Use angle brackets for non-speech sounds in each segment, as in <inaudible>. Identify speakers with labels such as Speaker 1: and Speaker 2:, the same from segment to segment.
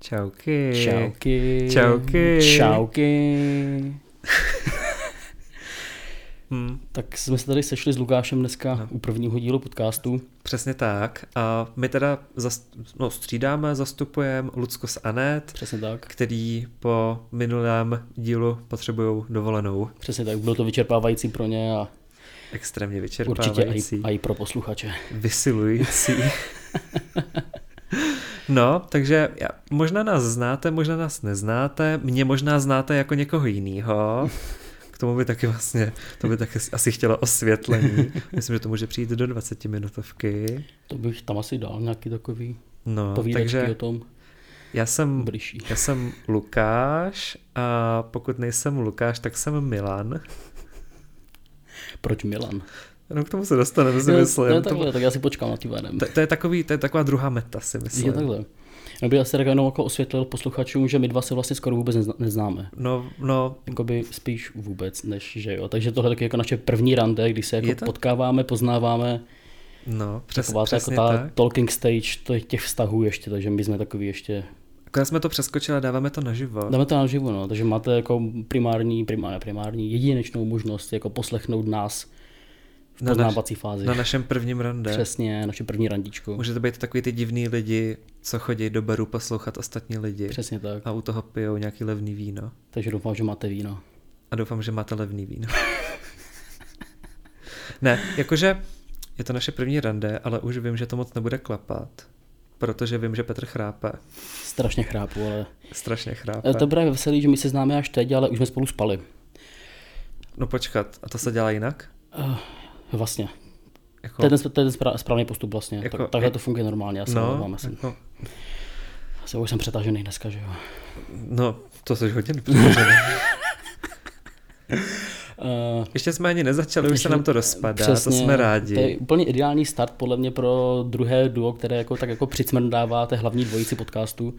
Speaker 1: Čauky.
Speaker 2: Čauky.
Speaker 1: Čauky.
Speaker 2: Čauky.
Speaker 1: Hm,
Speaker 2: Tak jsme se tady sešli s Lukášem dneska
Speaker 1: No.
Speaker 2: u prvního dílu podcastu.
Speaker 1: přesně tak. A my teda zas, no, střídáme, zastupujeme Lucko s Anet,
Speaker 2: Přesně tak.
Speaker 1: který po minulém dílu potřebují dovolenou.
Speaker 2: Přesně tak. Bylo to vyčerpávající pro ně a
Speaker 1: Extrémně
Speaker 2: určitě i,
Speaker 1: vyčerpávající,
Speaker 2: i pro posluchače. <laughs>
Speaker 1: vysilující. No, takže já- možná nás znáte, možná nás neznáte, mě možná znáte jako někoho jiného. K tomu by taky vlastně, to by taky asi chtělo osvětlení. Myslím, že to může přijít do 20 minutovky.
Speaker 2: To bych tam asi dal nějaký takový
Speaker 1: No,
Speaker 2: povídačky o
Speaker 1: takže
Speaker 2: tom
Speaker 1: já jsem,
Speaker 2: bližší.
Speaker 1: já jsem Lukáš a pokud nejsem Lukáš, tak jsem Milan.
Speaker 2: Proč Milan?
Speaker 1: No k tomu se dostaneme, si
Speaker 2: No,
Speaker 1: myslím.
Speaker 2: to je
Speaker 1: To-
Speaker 2: takhle, tak já si počkám na tím jménem.
Speaker 1: to, to, je takový, to je taková druhá meta, si
Speaker 2: Je
Speaker 1: myslím.
Speaker 2: takhle. Já bych asi tak jenom jako osvětlil posluchačům, že my dva se vlastně skoro vůbec nezna- neznáme.
Speaker 1: No, no,
Speaker 2: Jakoby spíš vůbec, než že jo. Takže tohle je taky jako naše první rande, kdy se
Speaker 1: Je
Speaker 2: jako
Speaker 1: to-
Speaker 2: potkáváme, poznáváme,
Speaker 1: no, přes,
Speaker 2: taková ta, jako
Speaker 1: přesně
Speaker 2: ta
Speaker 1: tak.
Speaker 2: talking stage to je těch vztahů ještě, takže my jsme takový ještě,
Speaker 1: Akorát jsme to přeskočili a dáváme to naživo.
Speaker 2: dáme to na živo, no, takže máte jako primární, primární, primární, jedinečnou možnost jako poslechnout nás v
Speaker 1: Na naš-
Speaker 2: poznávací fázi.
Speaker 1: Na našem prvním rande.
Speaker 2: Přesně, naše první randičko.
Speaker 1: Může to být takový ty divný lidi, co chodí do baru poslouchat ostatní lidi.
Speaker 2: Přesně tak.
Speaker 1: A u toho pijou nějaký levný víno.
Speaker 2: Takže doufám, že máte víno.
Speaker 1: A doufám, že máte levný víno. ne, jakože je to naše první rande, ale už vím, že to moc nebude klapat. Protože vím, že Petr chrápe.
Speaker 2: Strašně chrápu, ale
Speaker 1: Strašně chrápe.
Speaker 2: Ale Eh, to je právě veselý, že my se známe až teď, ale už jsme spolu spali.
Speaker 1: No počkat, a to se dělá jinak?
Speaker 2: Uh, vlastně.
Speaker 1: Jako,
Speaker 2: To je ten, sp- to je ten spra- správný postup vlastně.
Speaker 1: Jako-
Speaker 2: Jako, tak, takhle to funguje normálně, já se no,
Speaker 1: no,
Speaker 2: omlouvám, já jsem,
Speaker 1: jako,
Speaker 2: já jsem, už jsem přetažený dneska, že jo.
Speaker 1: no, to jsi hodně nepřipravený.
Speaker 2: <laughs> Uh,
Speaker 1: Ještě jsme ani nezačali, už se nám to rozpadá, Přesně, to
Speaker 2: Přesně,
Speaker 1: jsme
Speaker 2: To je
Speaker 1: rádi.
Speaker 2: úplně ideální start podle mě pro druhé duo, které jako tak jako přicmrdává té hlavní dvojici podcastu.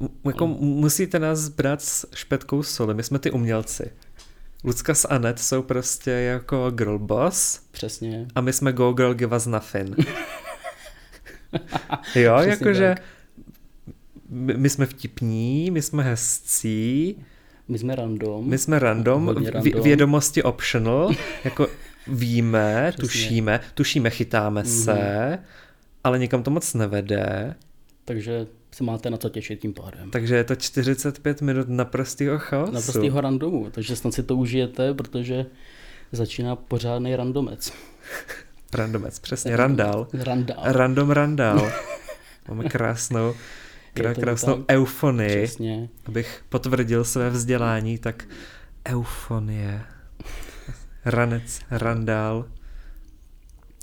Speaker 1: M- Jako
Speaker 2: Mm.
Speaker 1: musíte nás brát s špetkou soli, my jsme ty umělci. Lucka s Anet jsou prostě jako girl boss
Speaker 2: Přesně.
Speaker 1: a my jsme go girl give us
Speaker 2: <laughs>
Speaker 1: nothing. jo,
Speaker 2: Přesně
Speaker 1: jakože
Speaker 2: tak.
Speaker 1: my, my jsme vtipní, my jsme hezcí,
Speaker 2: My jsme random.
Speaker 1: my jsme random,
Speaker 2: Mm. Hodně
Speaker 1: vě-
Speaker 2: random.
Speaker 1: vědomosti optional, jako víme,
Speaker 2: <laughs>
Speaker 1: tušíme, tušíme,
Speaker 2: Mhm.
Speaker 1: chytáme se, ale nikam to moc nevede.
Speaker 2: Takže se máte na co těšit tím pádem.
Speaker 1: Takže je to 45 minut naprostýho chaosu.
Speaker 2: Na prostýho randomu, takže snad si to užijete, protože začíná pořádný randomec.
Speaker 1: Randomec, přesně,
Speaker 2: Jako- <laughs>
Speaker 1: randál.
Speaker 2: Randa.
Speaker 1: Random randál. Máme krásnou, krá,
Speaker 2: Je to
Speaker 1: krásnou
Speaker 2: tak.
Speaker 1: eufonii.
Speaker 2: Přesně.
Speaker 1: Abych potvrdil své vzdělání, tak eufonie. Ranec, randál.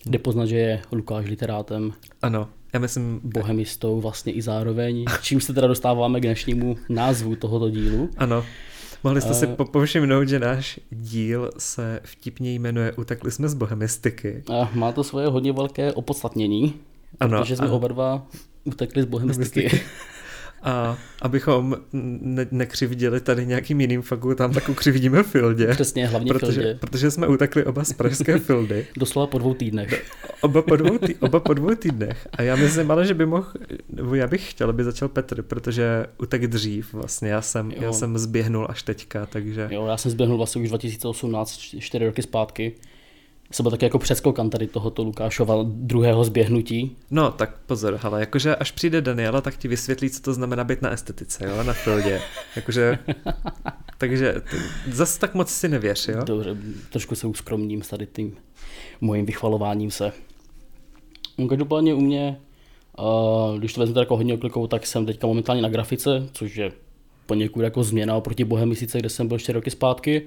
Speaker 2: Jde poznat, že je Lukáš literátem,
Speaker 1: Ano, já myslím,
Speaker 2: bohemistou vlastně i zároveň, čím se teda dostáváme k dnešnímu názvu tohoto dílu.
Speaker 1: ano. Mohli jste si
Speaker 2: Eh.
Speaker 1: po- povšimnout, že náš díl se vtipně jmenuje Utekli jsme z bohemistiky.
Speaker 2: A Má to svoje hodně velké opodstatnění,
Speaker 1: Ano,
Speaker 2: protože jsme
Speaker 1: ano.
Speaker 2: oba dva utekli z bohemistiky.
Speaker 1: A abychom ne- nekřivdili tady nějakým jiným fakultám, tak ukřivdíme Fildě.
Speaker 2: Přesně, hlavně
Speaker 1: protože,
Speaker 2: Fildě.
Speaker 1: Protože jsme utekli oba z
Speaker 2: <laughs>
Speaker 1: pražské Fildy.
Speaker 2: <laughs> Doslova po dvou týdnech.
Speaker 1: Oba po, dvou tý, oba po dvou týdnech. A já myslím, ale že by mohl, nebo já bych chtěl, aby začal Petr, protože utek dřív vlastně. Já jsem, já
Speaker 2: Jo.
Speaker 1: jsem zběhnul až teďka, takže
Speaker 2: Jo, já jsem zběhnul vlastně už 2018, čty- čtyři roky zpátky. Jsem byl taky jako přeskokan tady tohoto Lukášova druhého zběhnutí.
Speaker 1: No, tak pozor, ale jakože až přijde Daniela, tak ti vysvětlí, co to znamená být na estetice, jo, na Fildě. Jakože, takže t- zas tak moc si nevěř, jo?
Speaker 2: Dobře, trošku se uskromním s tady tím mojím vychvalováním se. No, Každopádně u mě, uh, když to vezmete jako hodně oklikou, tak jsem teďka momentálně na grafice, což je poněkud jako změna oproti Bohemi sice, kde jsem byl 4 roky zpátky.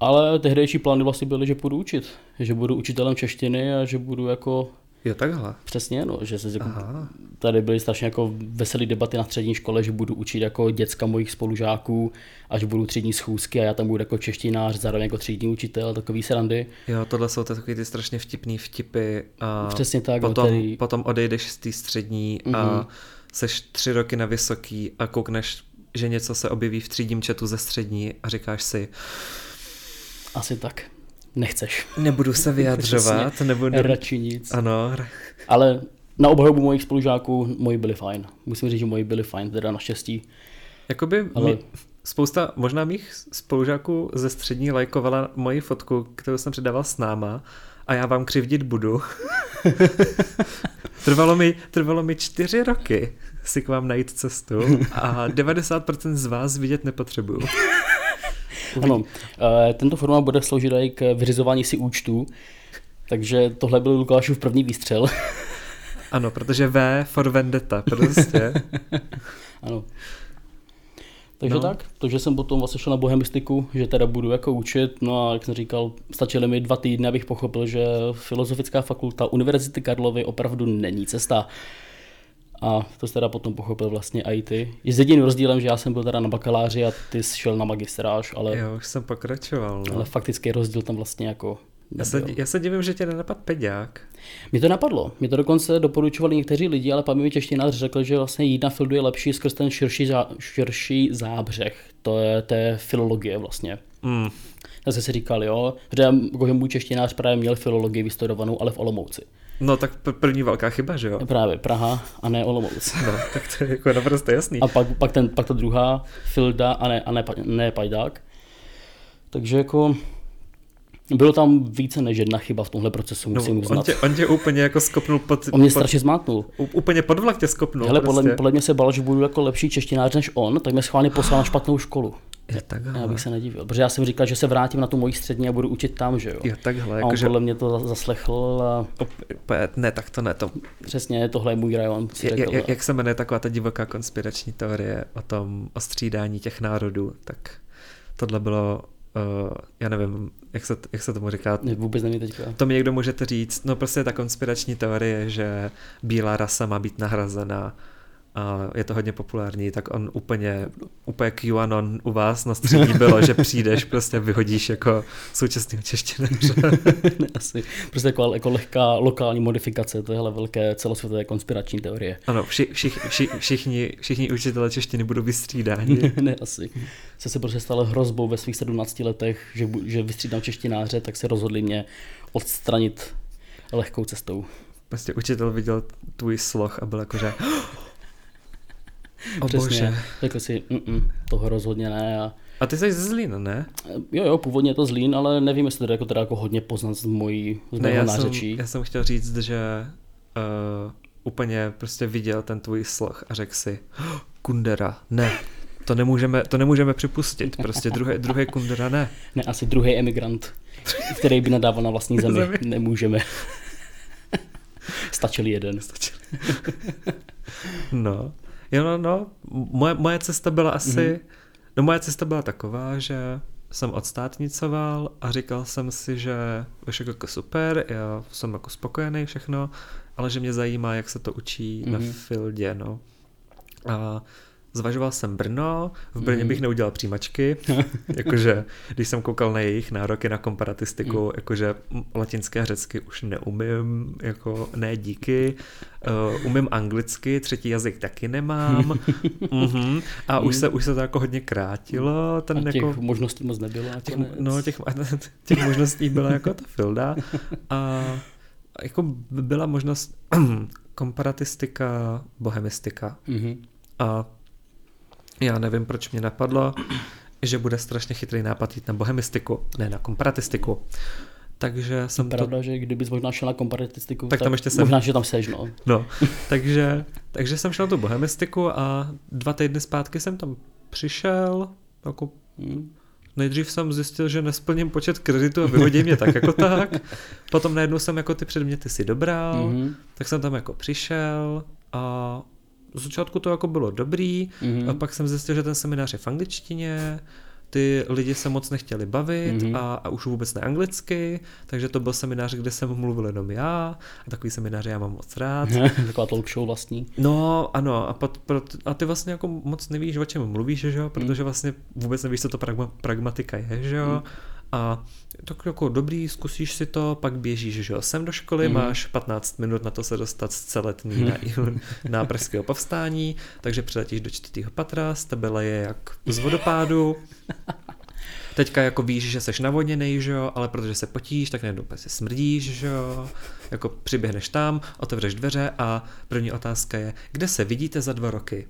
Speaker 2: Ale tehdejší plány vlastně byly, že půjdu učit. Že budu učitelem češtiny a že budu jako
Speaker 1: Jo, takhle.
Speaker 2: Přesně, no, že se jako,
Speaker 1: Aha.
Speaker 2: tady byly strašně jako veselé debaty na střední škole, že budu učit jako děcka mojich spolužáků, až budou třídní schůzky a já tam budu jako češtinář, zároveň jako třídní učitel, takový srandy.
Speaker 1: Jo, tohle jsou ty takový ty strašně vtipný vtipy. A
Speaker 2: Přesně tak, no,
Speaker 1: Potom,
Speaker 2: který- Mhm.
Speaker 1: potom odejdeš z té střední mm-hmm. a seš tři roky na vysoký a koukneš, že něco se objeví v třídním četu ze střední a říkáš si,
Speaker 2: Asi tak. Nechceš. <laughs>
Speaker 1: nebudu se vyjadřovat, nebudu...
Speaker 2: Radši nic.
Speaker 1: Ano, ra-
Speaker 2: Ale na obhajobu mojich spolužáků, moji byli fajn. Musím říct, že moji byli fajn, teda naštěstí.
Speaker 1: Jakoby Ale... mi, spousta možná mých spolužáků ze střední lajkovala moji fotku, kterou jsem předával s náma a já vám křivdit budu. trvalo, mi, trvalo mi čtyři roky si k vám najít cestu a 90% z vás vidět nepotřebuju.
Speaker 2: Ano, eh, tento formát bude sloužit i k vyřizování si účtů, takže tohle byl Lukášův první výstřel. <laughs>
Speaker 1: Ano, protože V for vendetta, prostě.
Speaker 2: ano. Takže no. tak, takže jsem potom vlastně šel na bohemistiku, že teda budu jako učit, no a jak jsem říkal, stačily mi dva týdny, abych pochopil, že Filozofická fakulta Univerzity Karlovy opravdu není cesta. A to jsi teda potom pochopil vlastně i ty. Je s jediným rozdílem, že já jsem byl teda na bakaláři a ty jsi šel na magistráž, ale...
Speaker 1: Jo, už jsem pokračoval.
Speaker 2: No. Ale faktický rozdíl tam vlastně jako
Speaker 1: já se, já se divím, že tě nenapad peďák.
Speaker 2: Mě to napadlo. Mě to dokonce doporučovali někteří lidi, ale pan mi češtinář řekl, že vlastně jít na fildu je lepší skrz ten širší, zá, širší zábřeh. To je té filologie vlastně.
Speaker 1: Mm.
Speaker 2: Já jsem si říkal, jo, že můj češtinář právě měl filologii vystudovanou, ale v Olomouci.
Speaker 1: No tak první velká chyba, že jo?
Speaker 2: Právě Praha a ne Olomouc.
Speaker 1: No, tak to je jako naprosto jasný.
Speaker 2: A pak, pak, ten, pak ta druhá, Filda a ne, a ne, ne Pajdák. Takže jako bylo tam více než jedna chyba v tomhle procesu, musím no,
Speaker 1: uznat. On tě, on tě úplně jako skopnul pod...
Speaker 2: On mě strašně zmátnul.
Speaker 1: Úplně pod vlak tě skopnul.
Speaker 2: Hele, prostě. podle, podle mě se bál, že budu jako lepší češtinář než on, tak mě schválně poslal na špatnou školu.
Speaker 1: Je takhle.
Speaker 2: Já bych se nedivil, protože já jsem říkal, že se vrátím na tu moji střední a budu učit tam, že jo.
Speaker 1: Je takhle.
Speaker 2: Jako a on že... podle mě to zaslechl a...
Speaker 1: Opět, ne, tak to ne, to...
Speaker 2: Přesně, tohle je můj rajon.
Speaker 1: Je, je, jak, jak se jmenuje taková ta divoká konspirační teorie o tom, o střídání těch národů, tak tohle bylo uh, já nevím, jak se, jak se tomu říká.
Speaker 2: Ne, vůbec nevím teďka. <laughs>
Speaker 1: To mi někdo můžete říct. No prostě ta konspirační teorie, že bílá rasa má být nahrazena a je to hodně populární, tak on úplně, úplně QAnon u vás na střední bylo, že přijdeš, prostě vyhodíš jako současného češtináře.
Speaker 2: ne, asi. Prostě jako, jako lehká lokální modifikace téhle velké celosvětové konspirační teorie.
Speaker 1: Ano, vši, vši, vši, všichni, všichni učitelé češtiny budou vystřídáni.
Speaker 2: <laughs> ne, ne, asi. Se se prostě stalo hrozbou ve svých 17 letech, že, že vystřídám češtináře, tak se rozhodli mě odstranit lehkou cestou.
Speaker 1: Prostě učitel viděl tvůj sloh a byl jako, že <gasps>
Speaker 2: O Přesně. Bože. Řekl si, "Mm, toho rozhodně ne. A... eh,
Speaker 1: a ty jsi z Zlín, ne?
Speaker 2: Jo, jo, původně je to Zlín, ale nevím, jestli to jako, teda jako hodně poznat z mojí z ne,
Speaker 1: já
Speaker 2: nářečí.
Speaker 1: Jsem, já jsem chtěl říct, že uh, úplně prostě viděl ten tvůj sloh a řekl si, oh, Kundera, ne, to nemůžeme, to nemůžeme připustit, prostě druhý, druhý Kundera ne.
Speaker 2: Ne, asi druhý emigrant, který by nadával na vlastní zemi, zemi. nemůžeme. Stačil jeden.
Speaker 1: Stačil. no. Jo, no, no. Moje, moje cesta byla asi, mm-hmm. no moje cesta byla taková, že jsem odstátnicoval a říkal jsem si, že už jako super, já jsem jako spokojený všechno, ale že mě zajímá, jak se to učí mm-hmm. na Fildě, no. A zvažoval jsem Brno, v
Speaker 2: Mhm.
Speaker 1: Brně mm-hmm. bych neudělal
Speaker 2: <laughs>
Speaker 1: přijímačky, jakože když jsem koukal na jejich nároky na komparatistiku,
Speaker 2: Mhm.
Speaker 1: mm. jakože latinské a řecky už neumím, jako ne díky, uh, umím anglicky, třetí jazyk taky
Speaker 2: <laughs>
Speaker 1: nemám mm-hmm. a už se, už se to jako hodně krátilo. Ten
Speaker 2: Mhm. a těch
Speaker 1: jako,
Speaker 2: možností moc nebylo.
Speaker 1: Těch, no, těch, <laughs> těch možností byla jako ta filda a jako byla možnost <clears throat> komparatistika, bohemistika.
Speaker 2: Mm-hmm.
Speaker 1: A já nevím, proč mě napadlo, že bude strašně chytrý nápad jít na bohemistiku, ne na komparatistiku. Takže jsem
Speaker 2: je Pravda, to... že kdybys možná šel na komparatistiku,
Speaker 1: tak, tak tam ještě
Speaker 2: jsem... možná, že tam seš, no. <laughs>
Speaker 1: no takže, takže jsem šel na tu bohemistiku a dva týdny zpátky jsem tam přišel, jako hmm. Nejdřív jsem zjistil, že nesplním počet kreditů a vyhodí mě tak jako tak. Potom najednou jsem jako ty předměty si dobral, mm-hmm. tak jsem tam jako přišel a z začátku to jako bylo dobrý, mm-hmm. a pak jsem zjistil, že ten seminář je v angličtině, ty lidi se moc nechtěli bavit mm-hmm. a, a už vůbec ne anglicky, takže to byl seminář, kde jsem mluvil jenom já a takový seminář já mám moc rád.
Speaker 2: Taková talk show vlastní.
Speaker 1: No ano a, pat, pro, a ty vlastně jako moc nevíš, o čem mluvíš, že jo, protože vlastně vůbec nevíš, co to pragma, pragmatika je, že jo. Mm. A tak jako dobrý, zkusíš si to, pak běžíš že jo, sem do školy, mm. máš 15 minut na to se dostat z celetní mm. na, na pražského povstání, takže přiletíš do čtvrtého patra, z tebe leje jak z vodopádu. teďka jako víš, že seš navoněný, že jo, ale protože se potíš, tak najednou si smrdíš, že jo, jako přiběhneš tam, otevřeš dveře a první otázka je, kde se vidíte za dva roky?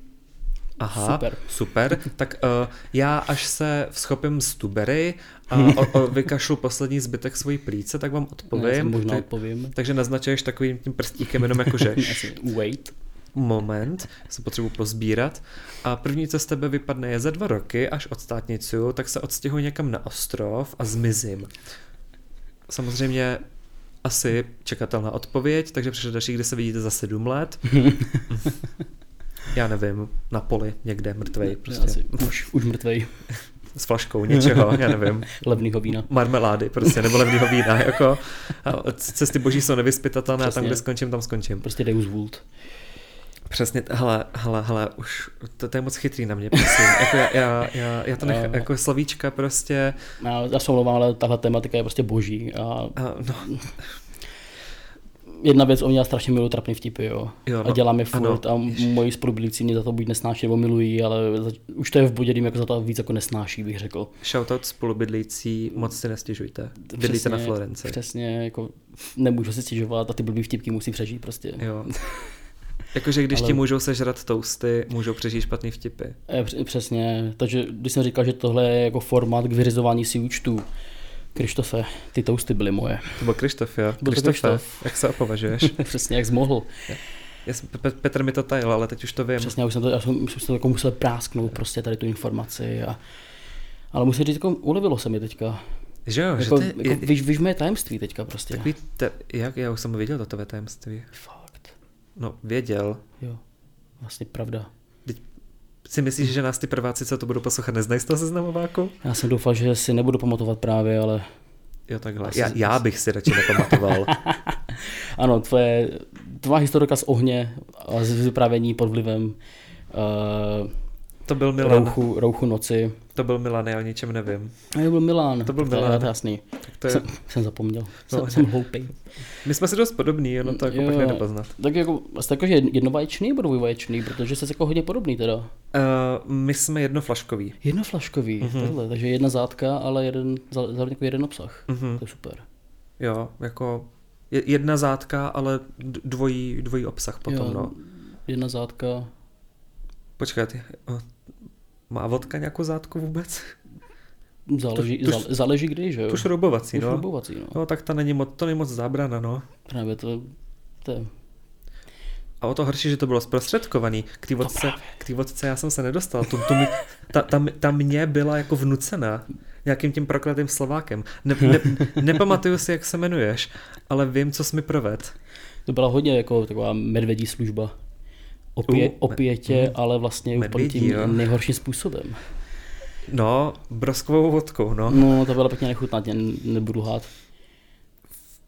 Speaker 1: Aha, super. super.
Speaker 2: <laughs>
Speaker 1: Tak uh, já, až se schopím z tubery
Speaker 2: <laughs>
Speaker 1: a o, o, vykašlu poslední zbytek svojí plíce, tak vám
Speaker 2: Ne, já
Speaker 1: odpovím.
Speaker 2: možná
Speaker 1: Ty-
Speaker 2: odpovím.
Speaker 1: takže naznačuješ takovým tím prstíkem jenom
Speaker 2: <laughs>
Speaker 1: jako, že
Speaker 2: Asi wait.
Speaker 1: moment, se potřebuji pozbírat. A první, co z tebe vypadne, je za dva roky, až odstátnicuju, tak se odstěhuji někam na ostrov a zmizím. Samozřejmě asi čekatelná odpověď, takže přišel další, kde se vidíte za sedm let.
Speaker 2: <laughs>
Speaker 1: Já nevím, na poli někde mrtvej, prostě
Speaker 2: Asi, už, už mrtvej.
Speaker 1: s flaškou něčeho,
Speaker 2: <laughs>
Speaker 1: já nevím
Speaker 2: Levnýho vína.
Speaker 1: marmelády prostě, nebo levného vína, jako a cesty boží jsou nevyspytatelné a tam,
Speaker 2: Přesně.
Speaker 1: kde skončím, tam skončím.
Speaker 2: Prostě Deus Vult.
Speaker 1: Přesně, t- hele, hele, hele, už, to, to je moc chytrý na mě, prosím, <laughs> jako já, já, já, já to nech,
Speaker 2: No.
Speaker 1: jako slovíčka prostě,
Speaker 2: Já, já se omlouvám, ale tahle tematika je prostě boží. A
Speaker 1: a, no,
Speaker 2: jedna věc, oni já strašně miluju trapný vtipy, jo.
Speaker 1: Jo,
Speaker 2: jo
Speaker 1: no,
Speaker 2: a děláme furt
Speaker 1: ano,
Speaker 2: a moji spolubilíci mě za to buď nesnáší nebo milují, ale za, už to je v bodě, kdy mě jako za to víc jako nesnáší, bych řekl.
Speaker 1: shoutout spolubydlící, moc si nestěžujte, bydlíte na Florenci,
Speaker 2: Přesně, jako nemůžu si stěžovat a ty blbý vtipky musí přežít prostě.
Speaker 1: jo. Jakože když
Speaker 2: Ale-
Speaker 1: ti můžou sežrat toasty, můžou přežít špatný vtipy.
Speaker 2: E, př- Přesně, takže když jsem říkal, že tohle je jako formát k vyřizování si účtů, Krištofe, ty toasty byly moje. <laughs>
Speaker 1: To byl Krištof, jo?
Speaker 2: Byl to
Speaker 1: Krištofe,
Speaker 2: Krištof.
Speaker 1: jak se opovažuješ?
Speaker 2: Přesně, jak jsi mohl.
Speaker 1: <laughs> Já jsem, Pe- Petr mi to tajil, ale teď už to vím.
Speaker 2: Přesně, já už jsem to, já jsem, už jsem to jako musel prásknout prostě tady tu informaci. A, ale musím říct, jako ulevilo se mi teďka.
Speaker 1: No, Že jo,
Speaker 2: Jako,
Speaker 1: že ty,
Speaker 2: jako,
Speaker 1: je-
Speaker 2: víš, víš moje tajemství teďka prostě.
Speaker 1: Takový te, jak, já už jsem věděl to tvé tajemství.
Speaker 2: Fakt,
Speaker 1: No, věděl.
Speaker 2: jo. Vlastně pravda.
Speaker 1: Si myslíš, že nás ty prváci, co to budou poslouchat, neznají z toho seznamováku?
Speaker 2: Já jsem doufal, že si nebudu pamatovat právě, ale
Speaker 1: Jo, takhle.
Speaker 2: Asi-
Speaker 1: Já, já bych si radši nepamatoval.
Speaker 2: ano, tvoje, tvá historka z ohně a z vyprávění pod vlivem uh,
Speaker 1: <laughs> To byl Milan.
Speaker 2: rouchu, rouchu noci.
Speaker 1: To byl Milan, já o ničem nevím.
Speaker 2: A to byl Milán.
Speaker 1: To byl
Speaker 2: je-
Speaker 1: Milán.
Speaker 2: To je jasný.
Speaker 1: Tak to je,
Speaker 2: Jsem, jsem zapomněl.
Speaker 1: No,
Speaker 2: No,
Speaker 1: <laughs>
Speaker 2: jsem, jsem hloupý.
Speaker 1: my jsme si dost podobní, jenom to jako
Speaker 2: Jo.
Speaker 1: pak nejde poznat.
Speaker 2: Tak jako, jste jako že jednovaječný nebo dvojvaječný, protože jste jako hodně podobný teda.
Speaker 1: Uh, my jsme jednoflaškoví.
Speaker 2: Jednoflaškový,
Speaker 1: Mhm.
Speaker 2: mm-hmm. tohle, takže jedna zátka, ale jeden, za- zároveň jako jeden obsah.
Speaker 1: Mhm.
Speaker 2: Mm-hmm. To je super.
Speaker 1: Jo, jako je- jedna zátka, ale d- dvojí, dvojí obsah potom,
Speaker 2: Jo,
Speaker 1: no.
Speaker 2: Jedna zátka,
Speaker 1: Počkej, ty, o, má vodka nějakou zátku vůbec?
Speaker 2: záleží,
Speaker 1: Tu- tu-
Speaker 2: zále, záleží kdy, že jo?
Speaker 1: Tu šroubovací,
Speaker 2: Tu
Speaker 1: no.
Speaker 2: šroubovací, no.
Speaker 1: No, tak ta není moc, to není moc zábrana, no.
Speaker 2: Právě to, to je
Speaker 1: A o to horší, že to bylo zprostředkovaný. K té vodce, k té vodce já jsem se nedostal. Tu, tu, mi- ta, ta, mi- ta mě byla jako vnucena nějakým tím prokletým Slovákem. Ne, ne, nepamatuju si, jak se jmenuješ, ale vím, co jsi mi proved.
Speaker 2: To byla hodně jako taková medvědí služba. Opě,
Speaker 1: U, Mhm.
Speaker 2: opětě, ale vlastně úplně
Speaker 1: medvědí,
Speaker 2: tím
Speaker 1: jo.
Speaker 2: nejhorším způsobem.
Speaker 1: No, broskovou vodkou, no.
Speaker 2: No, to byla pěkně nechutná, tě nebudu hát.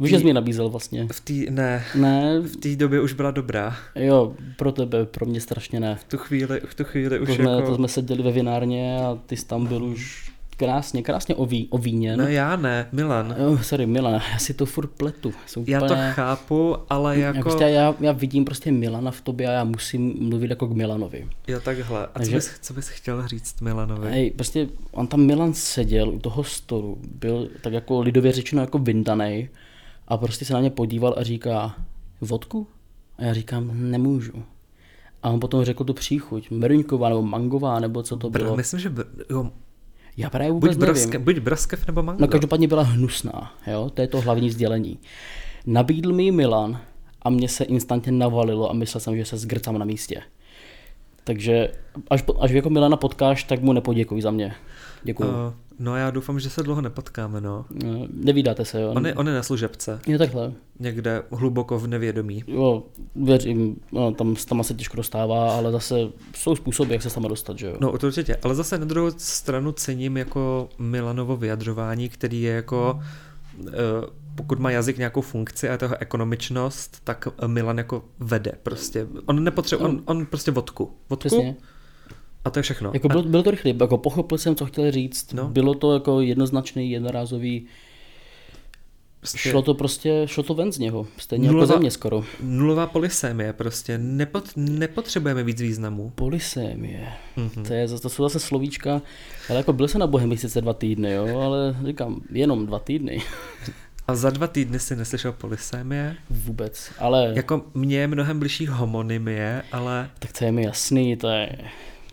Speaker 2: Víš, že jsi mi nabízel vlastně.
Speaker 1: V té, ne,
Speaker 2: Ne,
Speaker 1: v té době už byla dobrá.
Speaker 2: jo, pro tebe, pro mě strašně ne.
Speaker 1: V tu chvíli, v tu chvíli už
Speaker 2: To jsme,
Speaker 1: jako...
Speaker 2: to jsme seděli ve vinárně a ty jsi tam byl už krásně, krásně oví, ovíněn.
Speaker 1: No já ne, Milan.
Speaker 2: Jo, No, sorry, Milan, já si to furt pletu. Jsou
Speaker 1: Já to
Speaker 2: úplně...
Speaker 1: chápu, ale
Speaker 2: Já,
Speaker 1: jako...
Speaker 2: prostě, já, já vidím prostě Milana v tobě a já musím mluvit jako k Milanovi.
Speaker 1: Jo, takhle. A co
Speaker 2: Takže-
Speaker 1: bys, co bys chtěl říct Milanovi?
Speaker 2: Hej, prostě on tam Milan seděl u toho stolu, byl tak jako lidově řečeno jako vyndanej a prostě se na mě podíval a říká, vodku? A já říkám, nemůžu. A on potom řekl tu příchuť, meruňková nebo mangová, nebo co to
Speaker 1: Br-
Speaker 2: bylo.
Speaker 1: myslím, že... Br- jo,
Speaker 2: Já právě vůbec
Speaker 1: buď,
Speaker 2: nevím.
Speaker 1: broske, buď broskev nebo mango.
Speaker 2: No každopádně byla hnusná, jo? to je to hlavní sdělení. Nabídl mi ji Milan a mě se instantně navalilo a myslel jsem, že se zgrcám na místě. Takže až, po- až jako Milana potkáš, tak mu nepoděkuj za mě. Děkuju. Uh,
Speaker 1: Uh, no já doufám, že se dlouho nepotkáme, no.
Speaker 2: Nevídáte se, jo?
Speaker 1: On je, on je na služebce,
Speaker 2: Je takhle.
Speaker 1: někde hluboko v nevědomí.
Speaker 2: Jo, věřím, no, tam s tama se těžko dostává, ale zase jsou způsoby, jak se s tama dostat, že jo?
Speaker 1: No to určitě, ale zase na druhou stranu cením jako Milanovo vyjadřování, který je jako, eh, pokud má jazyk nějakou funkci a je to jeho ekonomičnost, tak Milan jako vede prostě. On nepotřebuje, on, on prostě vodku. Vodku
Speaker 2: Přesně.
Speaker 1: a to je všechno.
Speaker 2: Jako bylo, bylo to rychlé, jako pochopil jsem, co chtěl říct.
Speaker 1: No.
Speaker 2: No. Bylo to jako jednoznačný, jednorázový.
Speaker 1: Prostě
Speaker 2: Šlo to prostě, šlo to ven z něho, stejně
Speaker 1: Nulová-
Speaker 2: jako ze mě skoro.
Speaker 1: Nulová polisémie, prostě nepot, nepotřebujeme víc významu.
Speaker 2: Polisémie. Mm-hmm. To, je, zas- to jsou zase slovíčka. Ale jako byl jsem na Bohemii sice dva týdny, jo, ale říkám, jenom dva týdny. <laughs>
Speaker 1: A za dva týdny si neslyšel polisémie?
Speaker 2: Vůbec. Ale Jak...
Speaker 1: Jako mně je mnohem blížší homonymie, ale
Speaker 2: tak to je mi jasný, to je...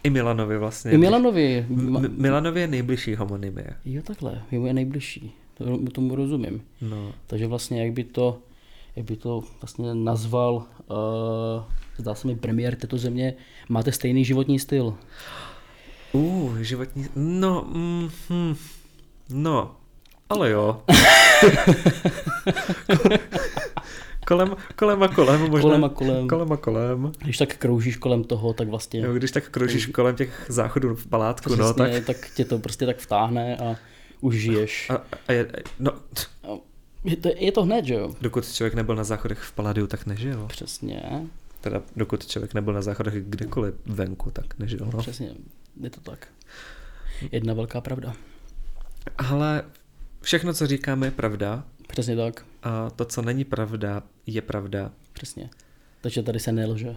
Speaker 1: i Milanovi vlastně.
Speaker 2: I Milanovi. Ma...
Speaker 1: M- Milanovi je nejbližší homonymie.
Speaker 2: Jo, takhle, je moje nejbližší. To- Tomu rozumím.
Speaker 1: No.
Speaker 2: Takže vlastně jak by to, jak by to vlastně nazval, uh, zdá se mi premiér této země, máte stejný životní styl.
Speaker 1: Uh, životní... No, mm, hm. no, ale
Speaker 2: <laughs>
Speaker 1: jo. kolem, kolem a kolem možná.
Speaker 2: Kolem a kolem.
Speaker 1: Kolem a kolem.
Speaker 2: Když tak kroužíš kolem toho, tak vlastně
Speaker 1: Jo, když tak kročíš kolem těch záchodů v palátku,
Speaker 2: přesně,
Speaker 1: no, tak...
Speaker 2: tak... tak tě to prostě tak vtáhne a už žiješ.
Speaker 1: A,
Speaker 2: A...
Speaker 1: a je, no,
Speaker 2: Je, to, je to hned, že jo?
Speaker 1: dokud člověk nebyl na záchodech v Paladiu, tak nežil.
Speaker 2: Přesně,
Speaker 1: Teda dokud člověk nebyl na záchodech kdekoliv venku, tak nežil. No.
Speaker 2: přesně, je to tak. Jedna velká pravda.
Speaker 1: Ale všechno, co říkáme, je pravda.
Speaker 2: Přesně tak,
Speaker 1: A to, co není pravda, je pravda.
Speaker 2: přesně. Takže tady se nelže.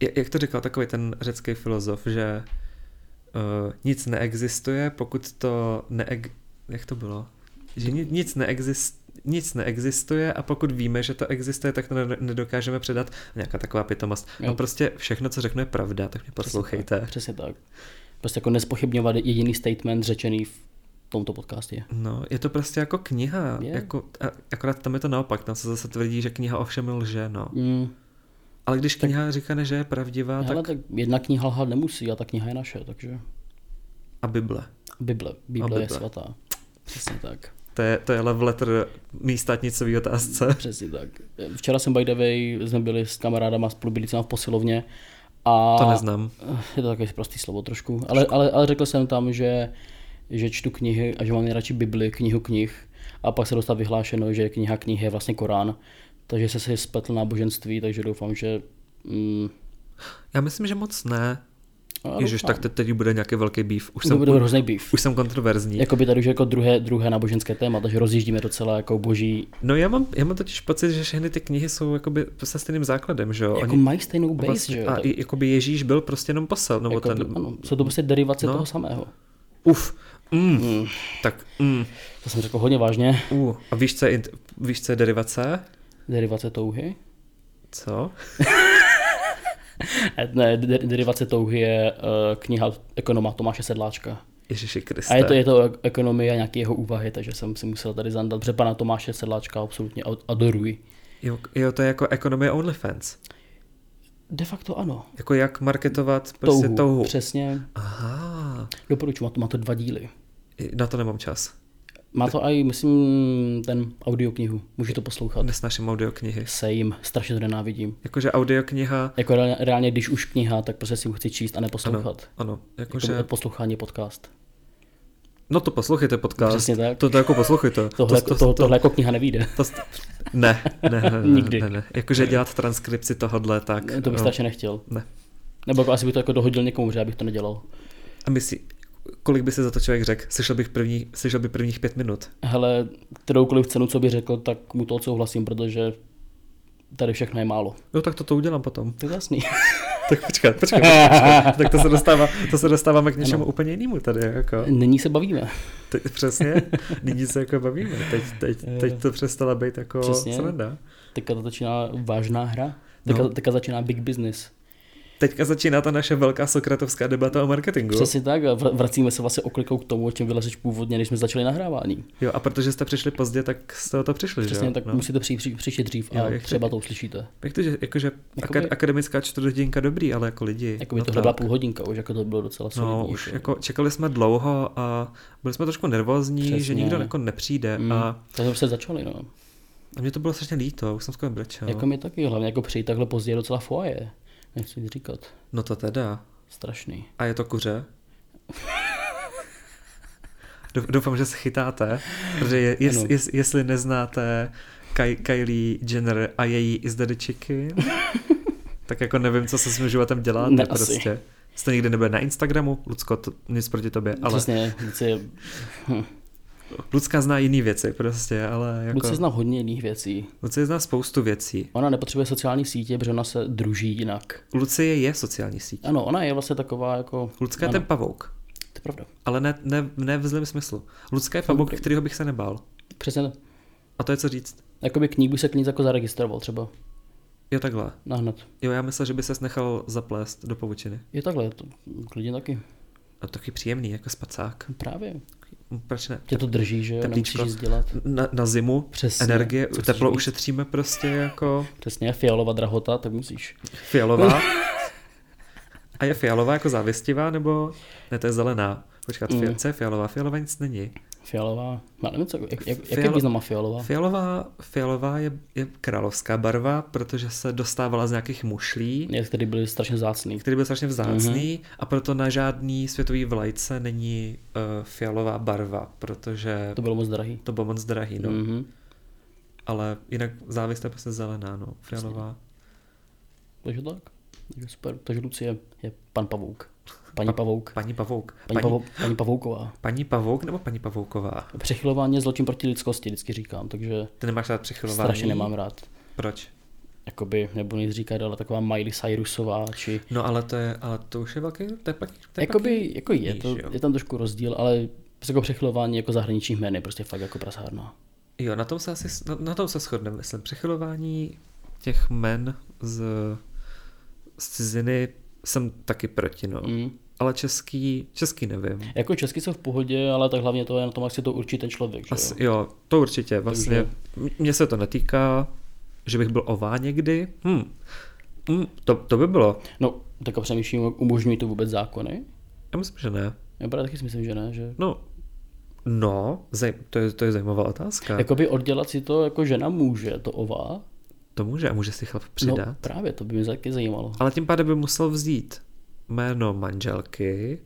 Speaker 1: Ja- Jak to říkal takový ten řecký filozof, že uh, nic neexistuje, pokud to neeg... Jak to bylo? Že ni- nic, neexist... nic neexistuje a pokud víme, že to existuje, tak to ne- nedokážeme předat. Nějaká taková pitomost. No
Speaker 2: Jo.
Speaker 1: prostě všechno, co řeknu, je pravda, tak mě poslouchejte.
Speaker 2: Přesně tak. Prostě jako nespochybňovat jediný statement řečený v tomto podcastu.
Speaker 1: No, je to prostě jako kniha.
Speaker 2: Je.
Speaker 1: Jako, a, akorát tam je to naopak, tam se zase tvrdí, že kniha ovšem lže, no.
Speaker 2: Mm,
Speaker 1: Ale když kniha říká, že je pravdivá,
Speaker 2: hele,
Speaker 1: tak
Speaker 2: tak jedna kniha lhát nemusí a ta kniha je naše, takže
Speaker 1: a Bible.
Speaker 2: Bible, Bible, je
Speaker 1: Bible.
Speaker 2: svatá. Přesně tak,
Speaker 1: To je, to je love letter mý státnicový otázce.
Speaker 2: přesně tak. Včera jsem by the way, jsme byli s kamarádama, spolu byli jsme v posilovně a...
Speaker 1: To neznám.
Speaker 2: Je to takové prostý slovo trošku, ale, ale, ale řekl jsem tam, že, že čtu knihy a že mám nejradši Bibli, knihu knih a pak se dostal vyhlášeno, že kniha knih je vlastně Korán, takže se si spletl náboženství, takže doufám, že... Mm,
Speaker 1: Já myslím, že moc ne.
Speaker 2: a
Speaker 1: Ježiš,
Speaker 2: doufám.
Speaker 1: tak teď, teď bude nějaký velký býv. Už
Speaker 2: To
Speaker 1: jsem,
Speaker 2: bude hrozný býv.
Speaker 1: už jsem kontroverzní.
Speaker 2: Jakoby tady už jako druhé, druhé náboženské téma, takže rozjíždíme docela jako boží,
Speaker 1: No já mám, já mám totiž pocit, že všechny ty knihy jsou jakoby se stejným základem, že jo?
Speaker 2: jako
Speaker 1: Oni
Speaker 2: mají stejnou base,
Speaker 1: vlastně-
Speaker 2: že jo?
Speaker 1: a
Speaker 2: Tak,
Speaker 1: i, jakoby Ježíš byl prostě jenom posel, nebo
Speaker 2: jako,
Speaker 1: ten, No.
Speaker 2: ano, jsou to prostě derivace toho samého.
Speaker 1: uf, mm, tak mm,
Speaker 2: To jsem řekl hodně vážně.
Speaker 1: uh. A víš, co je, int- víš, co je derivace?
Speaker 2: Derivace touhy?
Speaker 1: Co?
Speaker 2: Eh, Ne, de- derivace touhy je eh, kniha ekonoma Tomáše Sedláčka.
Speaker 1: Ježiši Kriste.
Speaker 2: A je to, je to ek- ekonomie a nějaké jeho úvahy, takže jsem si musel tady zandat, protože pana Tomáše Sedláčka absolutně ad- adoruji.
Speaker 1: Jo, jo, to je jako ekonomie OnlyFans.
Speaker 2: De facto ano.
Speaker 1: Jako jak marketovat prostě touhu. touhu.
Speaker 2: Přesně.
Speaker 1: Aha,
Speaker 2: Doporučuji, má to, má to dva díly.
Speaker 1: na to nemám čas.
Speaker 2: Má to i, myslím, ten audioknihu. Můžu to poslouchat.
Speaker 1: Nesnáším audioknihy.
Speaker 2: Sejm, strašně to nenávidím.
Speaker 1: Jakože audiokniha,
Speaker 2: Jako reálně, reálně, když už kniha, tak prostě si ho chci číst a neposlouchat.
Speaker 1: ano,
Speaker 2: Jako
Speaker 1: jakože,
Speaker 2: poslouchání je podcast.
Speaker 1: no to poslouchejte podcast.
Speaker 2: Přesně tak.
Speaker 1: To, to jako poslouchejte.
Speaker 2: Tohle,
Speaker 1: to,
Speaker 2: to, to, tohle jako kniha nevíde.
Speaker 1: to, to, ne, ne, ne, ne,
Speaker 2: Nikdy.
Speaker 1: ne, ne. Jakože dělat transkripci tohodle, tak.
Speaker 2: To
Speaker 1: no,
Speaker 2: bych strašně nechtěl.
Speaker 1: Ne.
Speaker 2: Nebo jako asi bych to jako dohodil někomu, že já bych to nedělal.
Speaker 1: A myslí, kolik by se za to člověk řekl? Slyšel bych první, slyšel by prvních pět minut.
Speaker 2: Hele, kteroukoliv cenu, co by řekl, tak mu to odsouhlasím, protože tady všechno je málo.
Speaker 1: No tak to, to udělám potom.
Speaker 2: To je jasný. <laughs>
Speaker 1: Tak počkat, počkat. počkat. tak to se, dostává, to se dostáváme k něčemu úplně jinému tady. Jako.
Speaker 2: Nyní se bavíme.
Speaker 1: Teď, přesně, nyní se jako bavíme. Teď, teď, teď to přestala být jako
Speaker 2: Přesně.
Speaker 1: sranda.
Speaker 2: Teďka to začíná vážná hra. Teďka,
Speaker 1: No.
Speaker 2: no. teďka začíná big business.
Speaker 1: Teďka začíná ta naše velká sokratovská debata o marketingu.
Speaker 2: Přesně tak, a vr- vracíme se vlastně oklikou k tomu, o čem byla řeč původně, než jsme začali nahrávání.
Speaker 1: Jo, a protože jste přišli pozdě, tak jste o to přišli,
Speaker 2: Přesně,
Speaker 1: že jo?
Speaker 2: tak
Speaker 1: No.
Speaker 2: musíte přijít při, přišli dřív
Speaker 1: Jo,
Speaker 2: a
Speaker 1: jak
Speaker 2: třeba to uslyšíte.
Speaker 1: Jak to, že, jakože
Speaker 2: Jakoby-
Speaker 1: akad, akademická čtvrthodinka dobrý, ale jako lidi.
Speaker 2: Jakoby
Speaker 1: no
Speaker 2: tohle byla půl hodinka už, jako to bylo docela solidní.
Speaker 1: No, už jako čekali jsme dlouho a byli jsme trošku nervózní, Přesně. že
Speaker 2: Přesně.
Speaker 1: nikdo jako nepřijde mm. a,
Speaker 2: To jsme se začali, no.
Speaker 1: a mě to bylo strašně líto, už jsem skoro brečel.
Speaker 2: Jako mi taky, hlavně jako přijít takhle pozdě je docela foaje. Nechci nic říkat.
Speaker 1: No to teda.
Speaker 2: Strašný.
Speaker 1: A je to kuře? Douf- Doufám, že se chytáte, protože je, jes,
Speaker 2: Ano.
Speaker 1: jes, jestli neznáte Ky, Kylie Jenner a její Is That a
Speaker 2: <laughs>
Speaker 1: Chicken, tak jako nevím, co se svým životem děláte
Speaker 2: Ne, asi.
Speaker 1: prostě. Jste nikdy nebyl na Instagramu, Lucko, to, nic proti tobě, ale Jako-
Speaker 2: Ale... Přesně, nic je... Hm.
Speaker 1: Lucka zná jiné věci prostě, ale jako...
Speaker 2: Lucie zná hodně jiných věcí.
Speaker 1: Lucie zná spoustu věcí.
Speaker 2: Ona nepotřebuje sociální sítě, protože ona se druží jinak.
Speaker 1: Lucie je sociální síť.
Speaker 2: Ano, ona je vlastně taková jako...
Speaker 1: Lucka je
Speaker 2: ano,
Speaker 1: ten pavouk,
Speaker 2: To je pravda.
Speaker 1: ale ne, ne, ne v zlém smyslu. Lucka je pavouk, kterého bych se nebál.
Speaker 2: Přesně.
Speaker 1: A to je co říct.
Speaker 2: Jakoby kníh bych se k ní jako zaregistroval třeba.
Speaker 1: Jo takhle.
Speaker 2: Nahnat.
Speaker 1: Jo, já myslel, že by ses nechal zaplést do pavučiny.
Speaker 2: Je takhle, to klidně taky.
Speaker 1: A to taky příjemný, jako spacák.
Speaker 2: Právě.
Speaker 1: Hm, Proč ne?
Speaker 2: Tě to drží, že jo? Nemusíš
Speaker 1: Teplíčko.
Speaker 2: nic dělat.
Speaker 1: Na, na zimu
Speaker 2: Přesně.
Speaker 1: energie,
Speaker 2: Co chceš
Speaker 1: teplo
Speaker 2: říct?
Speaker 1: ušetříme prostě jako
Speaker 2: Přesně, fialová drahota, tak musíš.
Speaker 1: fialová. A je fialová jako závistivá, nebo ne, to je zelená. Počkat, mm. co je fialová? Fialová nic není.
Speaker 2: Fialová, já nevím, co, jak, jak, jaký
Speaker 1: Fialo-
Speaker 2: Fialo... význam má fialová?
Speaker 1: Fialová, fialová je, je královská barva, protože se dostávala z nějakých mušlí,
Speaker 2: Je, který byly strašně zácný.
Speaker 1: který byl strašně vzácný
Speaker 2: Mhm.
Speaker 1: mm-hmm. a proto na žádný světový vlajce není uh, fialová barva, protože
Speaker 2: To bylo moc drahý.
Speaker 1: to bylo moc drahý. No. Mm.
Speaker 2: Mhm.
Speaker 1: Ale jinak závis je prostě zelená, no. Fialová.
Speaker 2: Takže tak. Takže super. Takže Lucie je pan Pavouk. Paní Pavouk.
Speaker 1: Paní Pavouk.
Speaker 2: Paní, Pavou, paní Pavouková.
Speaker 1: paní Pavouk nebo paní Pavouková?
Speaker 2: Přechylování je zločin proti lidskosti, vždycky říkám, takže
Speaker 1: Ty nemáš rád přechylování?
Speaker 2: strašně nemám rád.
Speaker 1: Proč?
Speaker 2: Jakoby, nebo nic říkat, ale taková Miley Cyrusová, či...
Speaker 1: No ale to je, ale to už je velký, to je pak, to je pak
Speaker 2: Jakoby, jako je,
Speaker 1: níž,
Speaker 2: to,
Speaker 1: jo.
Speaker 2: je tam trošku rozdíl, ale jako přechylování jako zahraničních jmen je prostě fakt jako prasárna.
Speaker 1: Jo, na tom se asi, na, na tom se shodneme, myslím. Přechylování těch men z, z ciziny jsem taky proti, no.
Speaker 2: Mm.
Speaker 1: Ale český, český nevím.
Speaker 2: Jako česky jsou v pohodě, ale tak hlavně to je na tom, jak si to určí ten člověk. Že?
Speaker 1: Asi,
Speaker 2: jo?
Speaker 1: jo, to určitě, vlastně. m- Mně se to netýká, že bych byl ová někdy. Hm. Hm, to, to by bylo.
Speaker 2: No, tak a přemýšlím, jak umožňují to vůbec zákony.
Speaker 1: Já myslím, že ne.
Speaker 2: Já právě taky si myslím, že ne, že...
Speaker 1: No, no zaj, to, je, to je zajímavá otázka. Jako...
Speaker 2: Jakoby oddělat si to jako žena může, to ova.
Speaker 1: To může a může si chlap přidat.
Speaker 2: No
Speaker 1: No.
Speaker 2: právě, to by mě taky zajímalo.
Speaker 1: Ale tím pádem by musel vzít jméno manželky.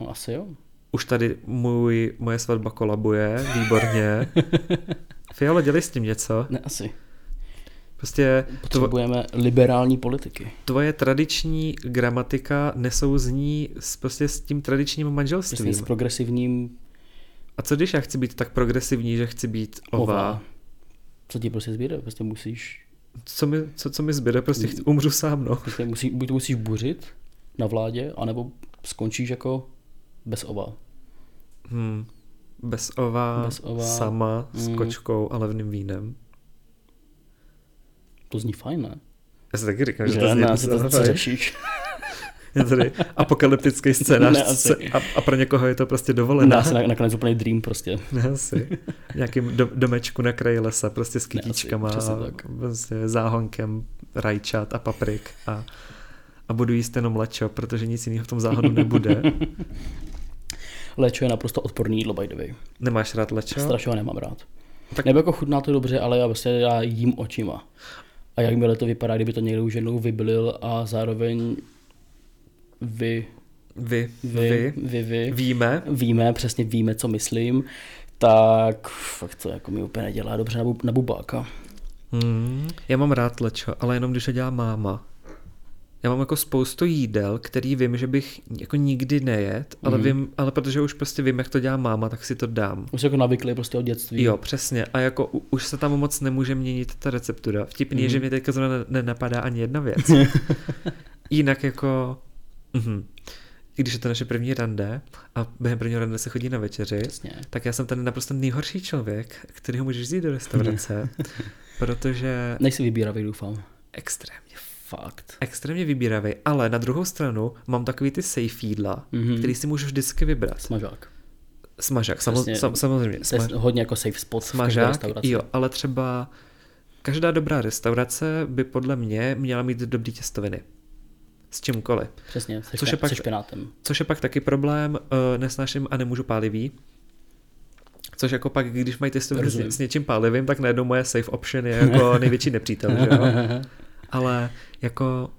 Speaker 2: No, asi jo.
Speaker 1: Už tady můj, moje svatba kolabuje, výborně. <laughs> Fialo, dělej s tím něco.
Speaker 2: Ne, asi.
Speaker 1: Prostě tvo,
Speaker 2: Potřebujeme liberální politiky.
Speaker 1: tvoje tradiční gramatika nesouzní s, prostě s tím tradičním
Speaker 2: Přesně
Speaker 1: manželstvím.
Speaker 2: s progresivním
Speaker 1: A co když já chci být tak progresivní, že chci být
Speaker 2: ova.
Speaker 1: ová?
Speaker 2: Co ti prostě zbyde? Prostě musíš,
Speaker 1: Co mi, co, co mi zbyde? Prostě chci, umřu sám, no.
Speaker 2: prostě musí, buď to musíš buřit na vládě, anebo skončíš jako bez ova.
Speaker 1: Hmm. Bez ova,
Speaker 2: Bez ova. Hmm.
Speaker 1: sama, s kočkou a levným vínem.
Speaker 2: To zní fajn, ne?
Speaker 1: Já si taky říkám, že,
Speaker 2: Že
Speaker 1: to
Speaker 2: ne,
Speaker 1: zní
Speaker 2: asi to, co
Speaker 1: je-
Speaker 2: řešíš.
Speaker 1: je tady apokalyptický scénář
Speaker 2: <laughs> Ne, asi.
Speaker 1: se- a, a, pro někoho je to prostě
Speaker 2: Ne,
Speaker 1: dovolená.
Speaker 2: asi na- nakonec úplný dream prostě.
Speaker 1: <laughs> Ne, asi. Nějakým do, domečku na kraji lesa, prostě s
Speaker 2: Ne, asi,
Speaker 1: kytíčkama
Speaker 2: přesně
Speaker 1: a
Speaker 2: tak.
Speaker 1: prostě záhonkem rajčat a paprik a, a budu jíst jenom lečo, protože nic jiného v tom záhodu
Speaker 2: <laughs>
Speaker 1: nebude.
Speaker 2: Léčo je naprosto odporný jídlo, by the way.
Speaker 1: Nemáš rád lečo?
Speaker 2: Strašně ho nemám rád.
Speaker 1: Tak-
Speaker 2: Tak... Nebo jako chutná to dobře, ale já vlastně já jím očima. A jak mi to vypadá, kdyby to někdo už jednou vyblil a zároveň vy,
Speaker 1: Vy,
Speaker 2: vy,
Speaker 1: vy,
Speaker 2: vy, vy, vy.
Speaker 1: víme,
Speaker 2: víme, přesně víme, co myslím, tak fakt to jako mi úplně nedělá dobře na, bu, na bubáka.
Speaker 1: Hmm, já mám rád lečo, ale jenom když to dělá máma. Já mám jako spoustu jídel, který vím, že bych jako nikdy nejet, ale, mm. vím, ale protože už prostě vím, jak to dělá máma, tak si to dám.
Speaker 2: Už se jako navykli prostě od dětství.
Speaker 1: Jo, přesně. A jako u, už se tam moc nemůže měnit ta receptura. Vtipný mm. je, že mě teďka zrovna ne- nenapadá ani jedna věc. Jinak jako... Mhm. I když je to naše první rande a během prvního rande se chodí na večeři,
Speaker 2: Přesně.
Speaker 1: tak já jsem ten naprosto nejhorší člověk, kterýho můžeš vzít do restaurace, protože
Speaker 2: Nejsi vybíravý, doufám.
Speaker 1: extrémně,
Speaker 2: Fakt.
Speaker 1: extrémně vybíravý, ale na druhou stranu mám takový ty safe jídla, mm-hmm.
Speaker 2: Mhm.
Speaker 1: který si můžu vždycky vybrat.
Speaker 2: Smažák.
Speaker 1: Smažák, samo,
Speaker 2: Přesně.
Speaker 1: sam, samozřejmě.
Speaker 2: To je
Speaker 1: Smaž,
Speaker 2: hodně jako safe spot v každé
Speaker 1: smažák,
Speaker 2: restauraci.
Speaker 1: jo, ale třeba každá dobrá restaurace by podle mě měla mít dobrý těstoviny. S čímkoliv.
Speaker 2: Přesně, se,
Speaker 1: Což je
Speaker 2: špe,
Speaker 1: pak-
Speaker 2: se špenátem.
Speaker 1: Což je pak taky problém, uh, nesnáším a nemůžu pálivý. Což jako pak, když mají testoviny s,
Speaker 2: Rozumím.
Speaker 1: s něčím pálivým, tak najednou moje safe option je
Speaker 2: <laughs>
Speaker 1: jako největší nepřítel, že jo? Ale jako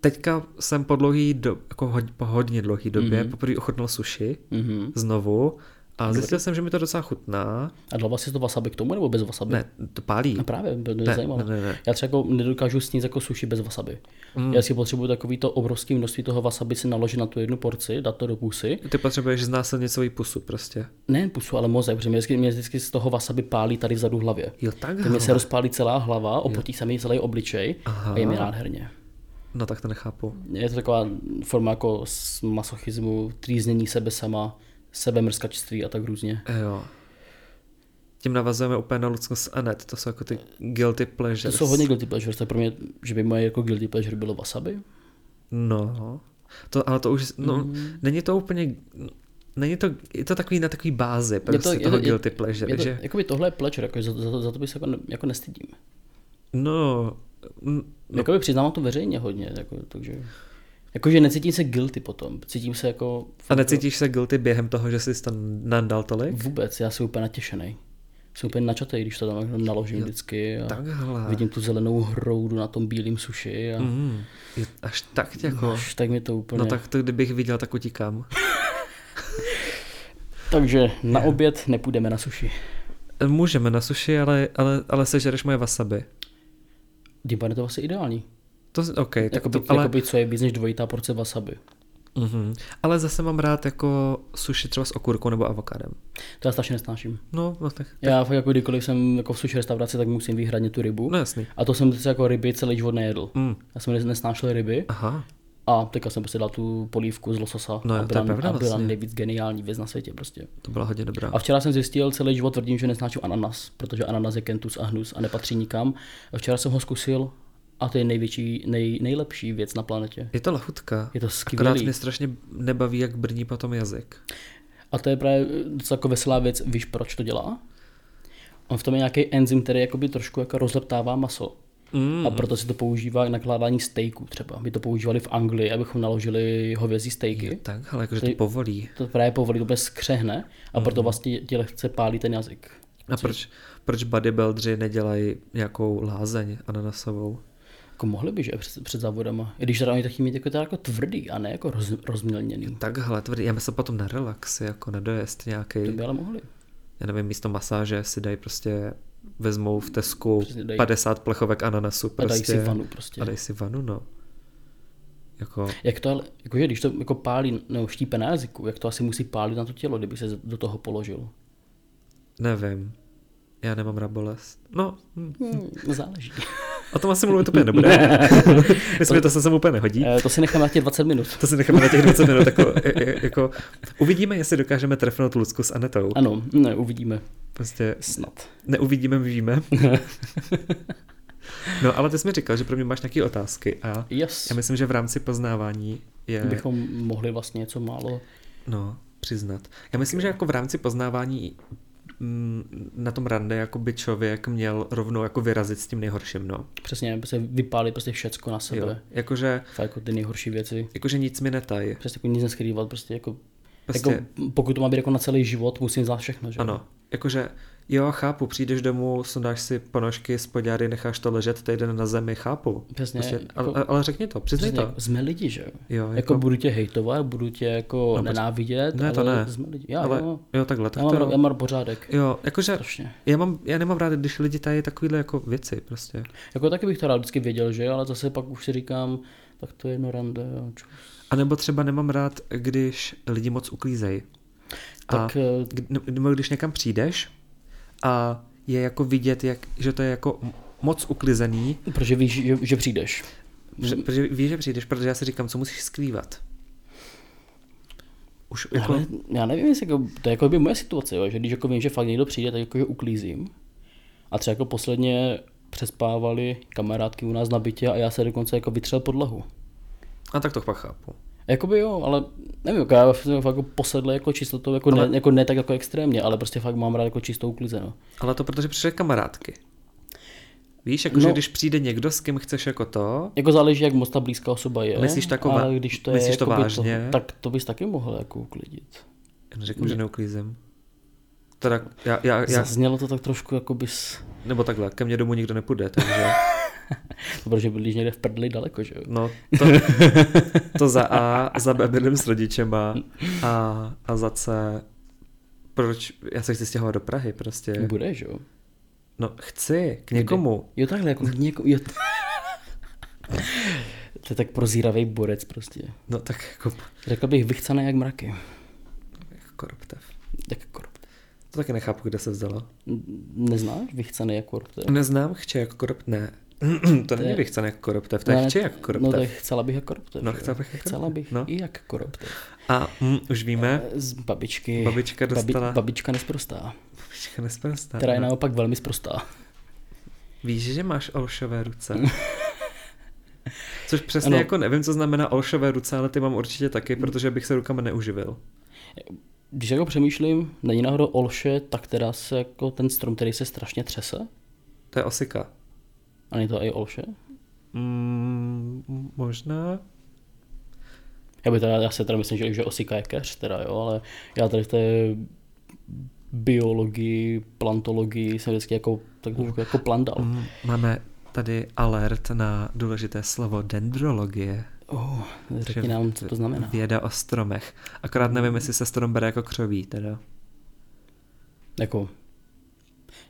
Speaker 1: teďka jsem po dlouhý do, jako hod, po hodně dlouhý době mm-hmm. poprvé ochutnal sushi
Speaker 2: Mhm.
Speaker 1: znovu A zjistil jsem, že mi to docela chutná.
Speaker 2: A dal si to wasabi k tomu nebo bez wasabi?
Speaker 1: Ne, to pálí.
Speaker 2: A No právě, by mě
Speaker 1: Ne,
Speaker 2: zajímalo.
Speaker 1: ne, ne, ne.
Speaker 2: Já třeba jako nedokážu snít jako sushi bez wasabi. Mm. Já si potřebuju takový to obrovský množství toho wasabi si naložit na tu jednu porci, dát to do pusy.
Speaker 1: Ty potřebuješ znásilnit svoji pusu prostě.
Speaker 2: Ne pusu, ale mozek, protože mě vždycky, mě vždycky z toho wasabi pálí tady vzadu v hlavě.
Speaker 1: Jo, tak
Speaker 2: Mně se rozpálí celá hlava, opotí se mi celý obličej Aha. a je mi nádherně.
Speaker 1: No tak to nechápu.
Speaker 2: Je to taková forma jako s- masochismu, trýznění sebe sama, sebemrskačství a tak různě.
Speaker 1: Eh, Jo. Tím navazujeme úplně na Luckus a Net, to jsou jako ty guilty
Speaker 2: To
Speaker 1: pleasures.
Speaker 2: jsou hodně guilty pleasures, to je pro mě, že by moje jako guilty pleasure bylo wasabi.
Speaker 1: No, to, ale to už, no,
Speaker 2: Mm.
Speaker 1: není to úplně, není to, je to takový na takový bázi prostě je to, toho je, guilty pleasure,
Speaker 2: je to,
Speaker 1: takže,
Speaker 2: Jakoby tohle je pleasure, jako za, za, za to by se jako, ne, jako nestydím.
Speaker 1: no, mm,
Speaker 2: No. Jakoby přiznávám to veřejně hodně, jako, takže... Jakože necítím se guilty potom, cítím se jako
Speaker 1: a necítíš se guilty během toho, že jsi to nandal tolik?
Speaker 2: vůbec, já jsem úplně natěšený. Jsem úplně načatej, když to tam jako naložím vždycky a
Speaker 1: Takhle,
Speaker 2: vidím tu zelenou hroudu na tom bílém suši a
Speaker 1: mm, je až tak tě jako,
Speaker 2: až tak mi to úplně...
Speaker 1: no tak to kdybych viděl, tak utíkám.
Speaker 2: Takže na oběd nepůjdeme na suši.
Speaker 1: Můžeme na suši, ale, ale, ale sežereš moje wasabi.
Speaker 2: Tím pádem je to vlastně ideální.
Speaker 1: To, OK, tak
Speaker 2: Jakoby,
Speaker 1: to, ale,
Speaker 2: jakoby, co je víc než dvojitá porce wasabi.
Speaker 1: mhm. ale zase mám rád jako suši třeba s okurkou nebo avokádem.
Speaker 2: To já strašně nesnáším.
Speaker 1: No, no tak,
Speaker 2: Já fakt jako kdykoliv jsem jako v suši restauraci, tak musím výhradně tu rybu.
Speaker 1: no jasný.
Speaker 2: A to jsem třeba jako ryby celý život nejedl.
Speaker 1: Mm.
Speaker 2: Já jsem nes- nesnášel ryby
Speaker 1: Aha,
Speaker 2: a teďka jsem prostě dal tu polívku z lososa
Speaker 1: No jo,
Speaker 2: a
Speaker 1: to je
Speaker 2: byla,
Speaker 1: pravda
Speaker 2: a byla
Speaker 1: vlastně.
Speaker 2: nejvíc geniální věc na světě prostě.
Speaker 1: to byla hodně dobrá.
Speaker 2: A včera jsem zjistil, celý život tvrdím, že nesnáším ananas, protože ananas je kentus a hnus a nepatří nikam. A včera jsem ho zkusil a to je největší, nej, nejlepší věc na planetě.
Speaker 1: Je to lahutka.
Speaker 2: Je to
Speaker 1: Akorát
Speaker 2: skvělý.
Speaker 1: mě strašně nebaví, jak brní potom jazyk.
Speaker 2: A to je právě docela jako veselá věc, víš proč to dělá? On v tom je nějaký enzym, který jakoby trošku jako rozleptává maso.
Speaker 1: Mm.
Speaker 2: A proto se to používá k nakládání stejků třeba. My to používali v Anglii, abychom naložili hovězí stejky.
Speaker 1: Tak, ale jakože to povolí.
Speaker 2: To právě povolí, to bez skřehne a
Speaker 1: Mm-hmm.
Speaker 2: proto vlastně ti lehce pálí ten jazyk.
Speaker 1: A proč, proč bodybuildři nedělají nějakou lázeň ananasovou?
Speaker 2: Jako mohli by, že před, před závodama. I když teda oni taky mít jako, teda jako tvrdý a ne jako roz, rozmělněný.
Speaker 1: Takhle tvrdý. Já myslím potom na relax, jako na dojezd nějaký.
Speaker 2: To by ale mohli.
Speaker 1: Já nevím, místo masáže si dají prostě vezmou v Tesku
Speaker 2: Přesně, dají-
Speaker 1: 50 plechovek ananasu
Speaker 2: A dají
Speaker 1: prostě.
Speaker 2: si vanu prostě.
Speaker 1: A dají si vanu, no. Jako,
Speaker 2: Jak to ale, jakože když to jako pálí, nebo štípe na jazyku, jak to asi musí pálit na to tělo, kdyby se do toho položil.
Speaker 1: nevím. Já nemám rád bolest. No, hm.
Speaker 2: <laughs> Hmm, záleží.
Speaker 1: o tom asi mluvit úplně nebude. Myslím, že to se sem úplně nehodí.
Speaker 2: Eh, to si necháme na těch 20 minut.
Speaker 1: To si necháme na těch 20 minut. Jako, jako, uvidíme, jestli dokážeme trefnout Lucku s Anetou.
Speaker 2: Ano, ne, uvidíme.
Speaker 1: Prostě
Speaker 2: Snad.
Speaker 1: neuvidíme, my víme. No, ale ty jsi mi říkal, že pro mě máš nějaké otázky a
Speaker 2: Yes.
Speaker 1: já myslím, že v rámci poznávání je
Speaker 2: Bychom mohli vlastně něco málo.
Speaker 1: no, přiznat. Já myslím, že jako v rámci poznávání mm, na tom rande jako by člověk měl rovnou jako vyrazit s tím nejhorším, no.
Speaker 2: Přesně, aby se vypálit prostě všecko na sebe.
Speaker 1: Jo.
Speaker 2: Jo.
Speaker 1: Jakože,
Speaker 2: Fakt jako ty nejhorší věci.
Speaker 1: jakože nic mi netaj.
Speaker 2: Přesně jako nic neskrývat, prostě jako,
Speaker 1: Prostě-
Speaker 2: prostě... jako pokud to má být jako na celý život, musím znát všechno, že?
Speaker 1: Ano, jakože jo, chápu, přijdeš domů, sundáš si ponožky, spodňáry, necháš to ležet týden na zemi, chápu. Prostě,
Speaker 2: Přesně, jako-
Speaker 1: ale, ale řekni to, přiznej
Speaker 2: Přesně,
Speaker 1: to.
Speaker 2: jako, jsme lidi, že? Jo,
Speaker 1: Jo, jako-
Speaker 2: jako...
Speaker 1: prostě-
Speaker 2: jako budu tě hejtovat, budu tě jako no, nenávidět,
Speaker 1: Ne,
Speaker 2: ale
Speaker 1: to ne.
Speaker 2: jsme lidi. Já,
Speaker 1: ale,
Speaker 2: ale... jo.
Speaker 1: jo, takhle, tak
Speaker 2: já, mám,
Speaker 1: to,
Speaker 2: ra- já mám pořádek.
Speaker 1: jo, jakože
Speaker 2: Strašně.
Speaker 1: já, mám, já nemám rád, když lidi tají takovýhle jako věci prostě.
Speaker 2: Jako taky bych to rád vždycky věděl, že? Ale zase pak už si říkám, tak to je jedno rande. jo, čus.
Speaker 1: A nebo třeba nemám rád, když lidi moc uklízejí. A
Speaker 2: Tak eh,
Speaker 1: kdy- nebo když někam přijdeš a je jako vidět, jak, že to je jako moc uklizený,
Speaker 2: Protože víš, že, že přijdeš.
Speaker 1: Protože, protože víš, že přijdeš, protože já si říkám, co musíš skrývat. Už jako,
Speaker 2: Ale já nevím, jestli jako, to je jako by moje situace, jo, že když jako vím, že fakt někdo přijde, tak jako že uklízím. A třeba jako posledně přespávali kamarádky u nás na bytě a já se dokonce jako vytřel podlahu.
Speaker 1: a tak to pak chápu.
Speaker 2: Jakoby jo, ale nevím, jako já jsem fakt jako posedlý jako čistotou, jako, ale... ne, jako ne tak jako extrémně, ale prostě fakt mám rád jako čistou uklizeno.
Speaker 1: Ale to protože přišly kamarádky. Víš, jakože
Speaker 2: No.
Speaker 1: když přijde někdo, s kým chceš jako to,
Speaker 2: Jako záleží, jak moc ta blízká osoba je.
Speaker 1: Myslíš taková-
Speaker 2: ale když to
Speaker 1: myslíš
Speaker 2: je,
Speaker 1: to
Speaker 2: jakoby
Speaker 1: vážně?
Speaker 2: To, tak to bys taky mohl jako uklidit.
Speaker 1: já neřeknu, že neuklízím. Teda, já, já, já,
Speaker 2: Zaznělo to tak trošku jako bys...
Speaker 1: nebo takhle, ke mně domů nikdo nepůjde, takže,
Speaker 2: Protože bydlíš někde v prdli daleko, že jo?
Speaker 1: no,
Speaker 2: <laughs>
Speaker 1: to, to za A, za B bydlím s rodičema a, a za C proč, já se chci stěhovat do Prahy prostě.
Speaker 2: Budeš, jo?
Speaker 1: No chci, k někomu.
Speaker 2: Jo takhle,
Speaker 1: <laughs>
Speaker 2: jako k někomu, jo. to je tak prozíravý borec prostě.
Speaker 1: No tak jako,
Speaker 2: Řekl bych vychcané jak mraky.
Speaker 1: jako koroptev.
Speaker 2: Tak korp.
Speaker 1: To taky nechápu, kde se vzalo.
Speaker 2: Neznáš vychcaný jak korp? To je-
Speaker 1: Neznám chce jako korop, ne. <clears throat> to není vychcen jako koroptev, to je
Speaker 2: Ne,
Speaker 1: chce jako koroptev.
Speaker 2: No to je chcela bych jak korptev.
Speaker 1: No,
Speaker 2: že jo?
Speaker 1: chcela bych jak
Speaker 2: chcela
Speaker 1: korptev,
Speaker 2: bych
Speaker 1: no.
Speaker 2: i jak korptev.
Speaker 1: A mm, už víme,
Speaker 2: Z babičky.
Speaker 1: Babička dostala-
Speaker 2: babička nesprostá,
Speaker 1: babička nesprostá.
Speaker 2: Eh, která je
Speaker 1: no.
Speaker 2: naopak velmi sprostá.
Speaker 1: Víš, že máš olšové
Speaker 2: <laughs>
Speaker 1: ruce. Což přesně
Speaker 2: Ano. Mm.
Speaker 1: jako nevím, co znamená olšové ruce, ale ty mám určitě taky, protože bych se rukama neuživil.
Speaker 2: Když jako přemýšlím, není náhodou Olše, ta, která se jako ten strom, který se strašně třese?
Speaker 1: To je osika.
Speaker 2: A není to i Olše?
Speaker 1: Mm, možná.
Speaker 2: Já, by teda, já se teda myslím, že, že osika je keř, teda jo, ale já tady v té biologii, plantologii jsem vždycky jako, tak trošku jako plandal.
Speaker 1: Mm, máme tady alert na důležité slovo dendrologie.
Speaker 2: Oh, řekni nám, co to znamená.
Speaker 1: Věda o stromech. Akorát nevím, jestli se strom bere jako křoví, teda.
Speaker 2: Jako,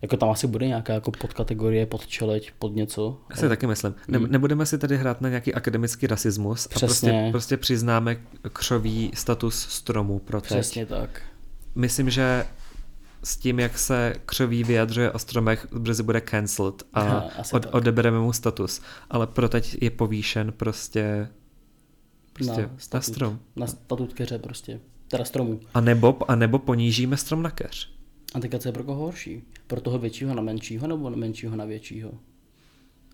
Speaker 2: jako tam asi bude nějaká jako podkategorie, podčeleť, pod něco.
Speaker 1: Já si taky myslím. Ne, nebudeme si tady hrát na nějaký akademický rasismus a prostě,
Speaker 2: Hmm. Přesně.
Speaker 1: prostě přiznáme křoví status stromu pro teď.
Speaker 2: Přesně tak.
Speaker 1: Myslím, že s tím, jak se křoví vyjadřuje o stromech, brzy bude cancelled a
Speaker 2: Aha, asi
Speaker 1: od,
Speaker 2: tak.
Speaker 1: odebereme mu status. Ale pro teď je povýšen prostě, prostě na, na
Speaker 2: statut-
Speaker 1: strom.
Speaker 2: Na statut keře prostě. Teda stromu.
Speaker 1: A nebo, a nebo ponížíme strom na keř.
Speaker 2: A teďka co je pro koho horší? Pro toho většího na menšího nebo na menšího na většího?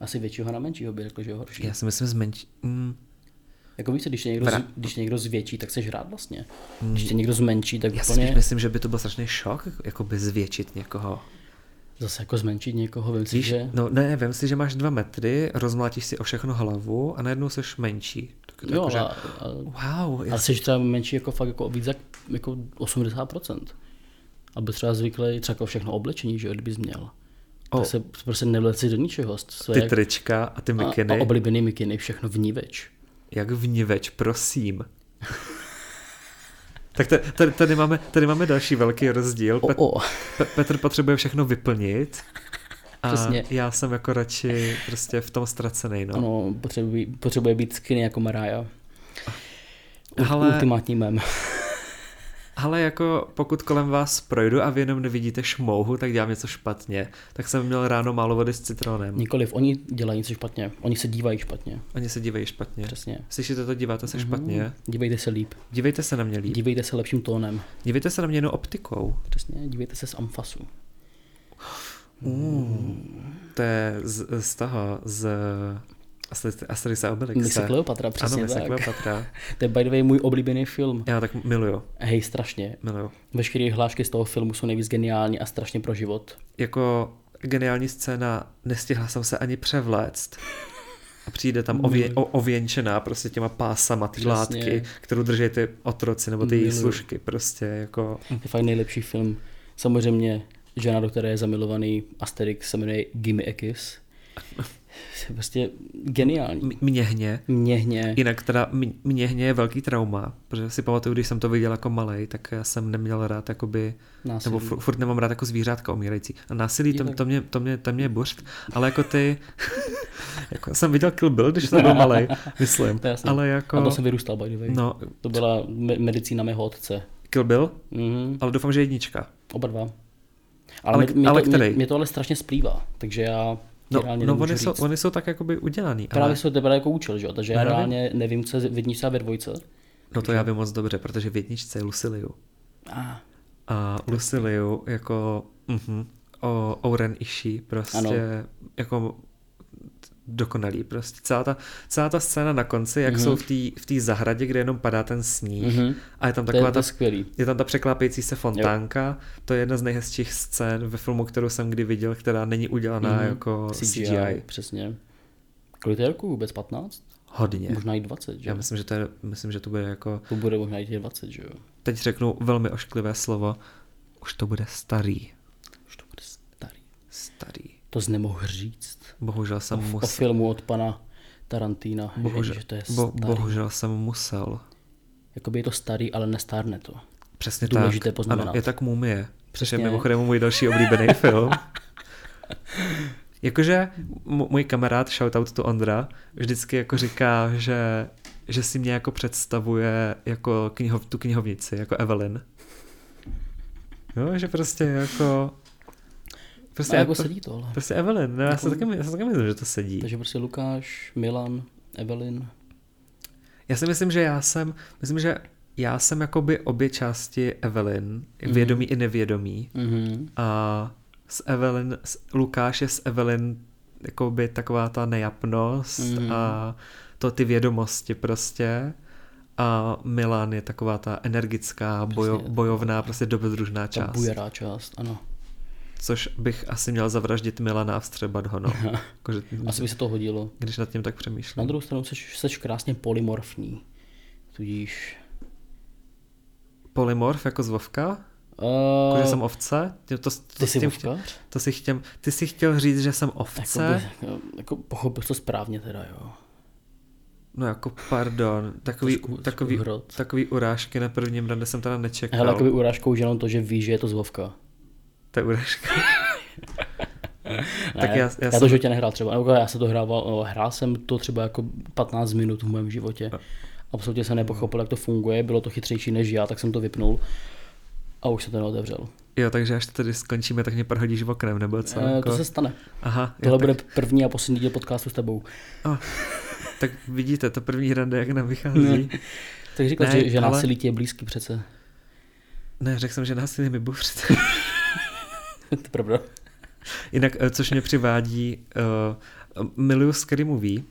Speaker 2: Asi většího na menšího by řekl, že je horší.
Speaker 1: Já si myslím zmenší... Mm,
Speaker 2: Jako víš, co, když tě někdo,
Speaker 1: Vra-
Speaker 2: z, když tě někdo zvětší, tak seš rád vlastně.
Speaker 1: Hmm.
Speaker 2: Když tě někdo zmenší, tak
Speaker 1: já si
Speaker 2: úplně
Speaker 1: spíš myslím, že by to byl strašný šok, jako by zvětšit někoho.
Speaker 2: zase jako zmenšit někoho, vím si,
Speaker 1: Víš,
Speaker 2: že...
Speaker 1: no ne, vem si, že máš dva metry, rozmlátíš si o všechno hlavu a najednou seš menší. Tak,
Speaker 2: Jo,
Speaker 1: jako, že,
Speaker 2: a, a,
Speaker 1: wow, já
Speaker 2: ale jsi třeba menší jako fakt jako o víc jak jako 80%. Aby třeba zvyklý třeba jako všechno oblečení, že jo, kdybys měl.
Speaker 1: O.
Speaker 2: Tak se prostě nevleci do ničeho. Své
Speaker 1: ty
Speaker 2: jak-
Speaker 1: trička a ty
Speaker 2: a, a
Speaker 1: mikiny,
Speaker 2: oblíbený mikiny, všechno vníveč.
Speaker 1: jak vníveč, prosím. <laughs> tak ta- tady, tady, máme, tady máme další velký rozdíl. Pet,
Speaker 2: O, o.
Speaker 1: Pe- Petr potřebuje všechno vyplnit. A
Speaker 2: Přesně.
Speaker 1: já jsem jako radši prostě v tom ztracený. No.
Speaker 2: Ano, potřebuje, potřebuje být skinny jako Mariah. Ale...
Speaker 1: Ale,
Speaker 2: Ultimátní mem. <laughs>
Speaker 1: ale jako pokud kolem vás projdu a vy jenom nevidíte šmouhu, tak dělám něco špatně. Tak jsem měl ráno málo vody s citronem.
Speaker 2: Nikoliv, oni dělají něco špatně. Oni se dívají špatně.
Speaker 1: Oni se dívají špatně.
Speaker 2: Přesně.
Speaker 1: Slyšíte to, díváte se
Speaker 2: Mhm.
Speaker 1: špatně.
Speaker 2: Dívejte se líp.
Speaker 1: Dívejte se na mě líp.
Speaker 2: Dívejte se lepším tónem.
Speaker 1: Dívejte se na mě jenom optikou.
Speaker 2: Přesně, dívejte se z amfasu.
Speaker 1: Mm. To je z, z toho, z Asterix- Asterixa a Obelixe.
Speaker 2: Mise Kleopatra,
Speaker 1: Ano,
Speaker 2: přesně
Speaker 1: Mise
Speaker 2: tak.
Speaker 1: Kleopatra.
Speaker 2: <laughs> To je by the way můj oblíbený film.
Speaker 1: Já tak miluju,
Speaker 2: Hej, strašně.
Speaker 1: miluju.
Speaker 2: Veškeré hlášky z toho filmu jsou nejvíc geniální a strašně pro život.
Speaker 1: jako geniální scéna, nestihla jsem se ani převléct. A přijde tam ově, o, ověnčená prostě těma pásama ty
Speaker 2: Hmm. Přesně.
Speaker 1: látky, kterou drží ty otroci nebo ty její
Speaker 2: Miluju.
Speaker 1: služky prostě jako...
Speaker 2: To je fakt nejlepší film. Samozřejmě žena, do které je zamilovaný Asterix, se jmenuje Gimme
Speaker 1: <laughs>
Speaker 2: a Kiss. Je prostě geniální.
Speaker 1: M- Měhně.
Speaker 2: Měhně.
Speaker 1: Jinak teda m- měhně je velký trauma, protože si pamatuju, když jsem to viděl jako malej, tak já jsem neměl rád jakoby,
Speaker 2: Násilí.
Speaker 1: nebo furt, furt nemám rád jako zvířátka umírající. A násilí, to, to, mě, to, mě, to mě je bořt, ale jako ty, <laughs> jako jsem viděl Kill Bill, když jsem byl malej, myslím,
Speaker 2: <laughs> To je jasný.
Speaker 1: ale
Speaker 2: Na to
Speaker 1: jako,
Speaker 2: jsem vyrůstal, by the way.
Speaker 1: no,
Speaker 2: To byla me- medicína mého otce.
Speaker 1: Kill Bill,
Speaker 2: Mhm,
Speaker 1: ale doufám, že jednička.
Speaker 2: oba dva.
Speaker 1: Ale-
Speaker 2: Ale, mě, mě,
Speaker 1: ale
Speaker 2: to,
Speaker 1: který?
Speaker 2: Mě, mě to ale strašně splývá, takže já
Speaker 1: No, no
Speaker 2: reálně nemůžu
Speaker 1: oni,
Speaker 2: říct.
Speaker 1: jsou, oni jsou tak jakoby udělaný.
Speaker 2: Právě
Speaker 1: ale...
Speaker 2: jsou tebe jako účel, že jo? Takže já
Speaker 1: Právě.
Speaker 2: reálně nevím, co je- vidíš třeba ve dvojce.
Speaker 1: No to já vím moc dobře, protože v jedničce je Luciliu.
Speaker 2: Ah,
Speaker 1: A Luciliu jako uh-huh, o Oren Ishii prostě
Speaker 2: Ano.
Speaker 1: jako dokonalý prostě. Celá ta, celá ta scéna na konci, jak mm-hmm. jsou v té v té zahradě, kde jenom padá ten sníh mm-hmm.
Speaker 2: Mhm.
Speaker 1: a je tam
Speaker 2: to je,
Speaker 1: taková
Speaker 2: to
Speaker 1: ta
Speaker 2: je skvělý.
Speaker 1: je tam ta překlápějící se fontánka, jo. to je jedna z nejhezčích scén ve filmu, kterou jsem kdy viděl, která není
Speaker 2: Mhm.
Speaker 1: udělaná mm-hmm. jako CGI. CGI.
Speaker 2: Přesně. Kolik to je roku vůbec? 15?
Speaker 1: Hodně.
Speaker 2: Možná i 20, že
Speaker 1: Já
Speaker 2: jo?
Speaker 1: myslím, že to, je, myslím, že to bude jako
Speaker 2: To bude možná i těch 20, že jo?
Speaker 1: teď řeknu velmi ošklivé slovo, už to bude starý.
Speaker 2: Už to bude starý.
Speaker 1: Starý.
Speaker 2: To z nemohl říct.
Speaker 1: Bohužel jsem
Speaker 2: O
Speaker 1: musel.
Speaker 2: filmu od pana Tarantína, že, že to je starý.
Speaker 1: bo, bohužel jsem musel.
Speaker 2: Jakoby je to starý, ale nestárne to.
Speaker 1: Přesně
Speaker 2: Důležité
Speaker 1: tak.
Speaker 2: poznamenat.
Speaker 1: Ano, je tak mumie. Což je
Speaker 2: Přesně.
Speaker 1: mimochodem můj další
Speaker 2: <laughs>
Speaker 1: oblíbený film. Jakože m- můj kamarád, shoutout to Ondra, vždycky jako říká, že, že si mě jako představuje jako knihov, tu knihovnici, jako Evelyn. No, že prostě jako... Prostě,
Speaker 2: Prostě jako sedí to, ale.
Speaker 1: prostě Evelyn, no, já, se
Speaker 2: Jako-
Speaker 1: taky, já se taky myslím, že to sedí.
Speaker 2: Takže prostě Lukáš, Milan, Evelyn.
Speaker 1: Já si myslím, že já jsem, myslím, že já jsem jakoby obě části Evelyn, vědomí i nevědomí.
Speaker 2: Mhm.
Speaker 1: A s Evelyn, s, Lukáš je s Evelyn jakoby taková ta nejapnost
Speaker 2: Mhm.
Speaker 1: a to ty vědomosti prostě. A Milan je taková ta energická, bojo,
Speaker 2: Přesně.
Speaker 1: bojovná, prostě dobrodružná
Speaker 2: Ta
Speaker 1: část.
Speaker 2: bujará část, ano.
Speaker 1: Což bych asi měl zavraždit Milana a vstřebat ho,
Speaker 2: <laughs>
Speaker 1: no. Jakože,
Speaker 2: Asi by se to hodilo.
Speaker 1: když nad tím tak
Speaker 2: Na
Speaker 1: přemýšlím.
Speaker 2: druhou stranu seš, seš krásně polymorfní. Tudíž...
Speaker 1: Polymorf jako zvovka?
Speaker 2: Uh,
Speaker 1: Jako, že jsem ovce? Tím- To, to,
Speaker 2: ty
Speaker 1: s
Speaker 2: jsi
Speaker 1: tím
Speaker 2: vovkař?
Speaker 1: To si chtěl, ty jsi chtěl říct, že jsem ovce? Jakoby...
Speaker 2: Jakoby, jako pochopil jsi to správně teda, jo.
Speaker 1: Jako- No jako pardon, takový,
Speaker 2: Trošku- trošku
Speaker 1: takový,
Speaker 2: hrot.
Speaker 1: takový urážky na prvním rande jsem teda nečekal.
Speaker 2: Hele,
Speaker 1: Hele,
Speaker 2: jakoby urážkou už jenom to, že víš, že je to zvovka.
Speaker 1: To je urážka.
Speaker 2: Ne,
Speaker 1: Tak já- já
Speaker 2: já, já,
Speaker 1: jsem-
Speaker 2: to životě nehrál třeba, nebo já se to hrával, o, hrál jsem to třeba jako 15 minut v mém životě. Absolutně jsem nepochopil, jak to funguje, bylo to chytřejší než já, tak jsem to vypnul a už se to neotevřel.
Speaker 1: jo, takže až tady skončíme, tak mě prohodíš oknem, nebo co?
Speaker 2: E,
Speaker 1: jako?
Speaker 2: to se stane.
Speaker 1: Aha, jo,
Speaker 2: Tohle
Speaker 1: tak,
Speaker 2: bude první a poslední díl podcastu s tebou.
Speaker 1: oh, tak vidíte, to první rande, jak nám vychází. Ne,
Speaker 2: Tak říkal,
Speaker 1: Ne,
Speaker 2: že, že
Speaker 1: ale-
Speaker 2: násilí ti je blízký přece. <laughs>
Speaker 1: ne řekl jsem, že násilí mi bufřit.
Speaker 2: to pravda.
Speaker 1: <laughs> Jinak, eh, což mě přivádí, uh, miluju Scary Movie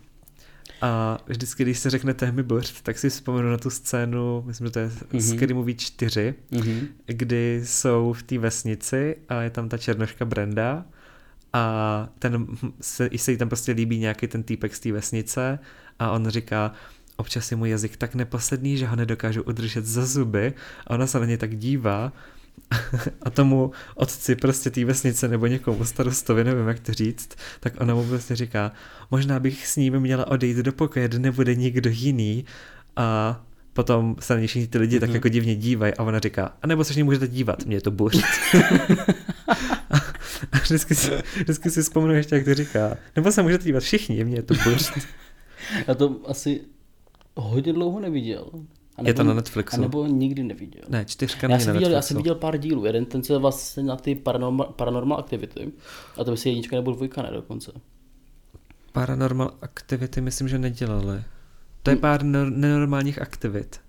Speaker 1: a vždycky, když se řekne Témy Bird, tak si vzpomenu na tu scénu, myslím, že to je mm-hmm. Scary Movie 4,
Speaker 2: Mhm.
Speaker 1: kdy jsou v té vesnici a je tam ta černoška Brenda a ten, se, i se jí tam prostě líbí nějaký ten týpek z té vesnice a on říká, občas je můj jazyk tak neposledný, že ho nedokážu udržet za zuby a ona se na ně tak dívá <laughs> a tomu otci prostě té vesnice nebo někomu starostovi, nevím jak to říct, tak ona mu prostě říká, možná bych s ním měla odejít do pokoje, kde nebude nikdo jiný a potom se na ně všichni ty lidi tak jako divně dívají a ona říká, a nebo se s ní můžete dívat, mě je to buřit. <laughs> a vždycky si, vždycky si vzpomenu ještě, jak to říká, nebo se můžete dívat všichni, mě je to buřit.
Speaker 2: Já to asi hodně dlouho neviděl. A
Speaker 1: Je to na Netflixu.
Speaker 2: A nebo nikdy neviděl.
Speaker 1: <laughs> Ne, čtyřka
Speaker 2: Já
Speaker 1: není
Speaker 2: jsem,
Speaker 1: na
Speaker 2: viděl, já
Speaker 1: Netflixu.
Speaker 2: jsem viděl pár dílů. Jeden ten se vlastně na ty paranormal, paranormal aktivity. A to by si jednička nebo dvojka ne dokonce.
Speaker 1: Paranormal aktivity myslím, že nedělali. To je
Speaker 2: Hm.
Speaker 1: pár nor- nenormálních aktivit.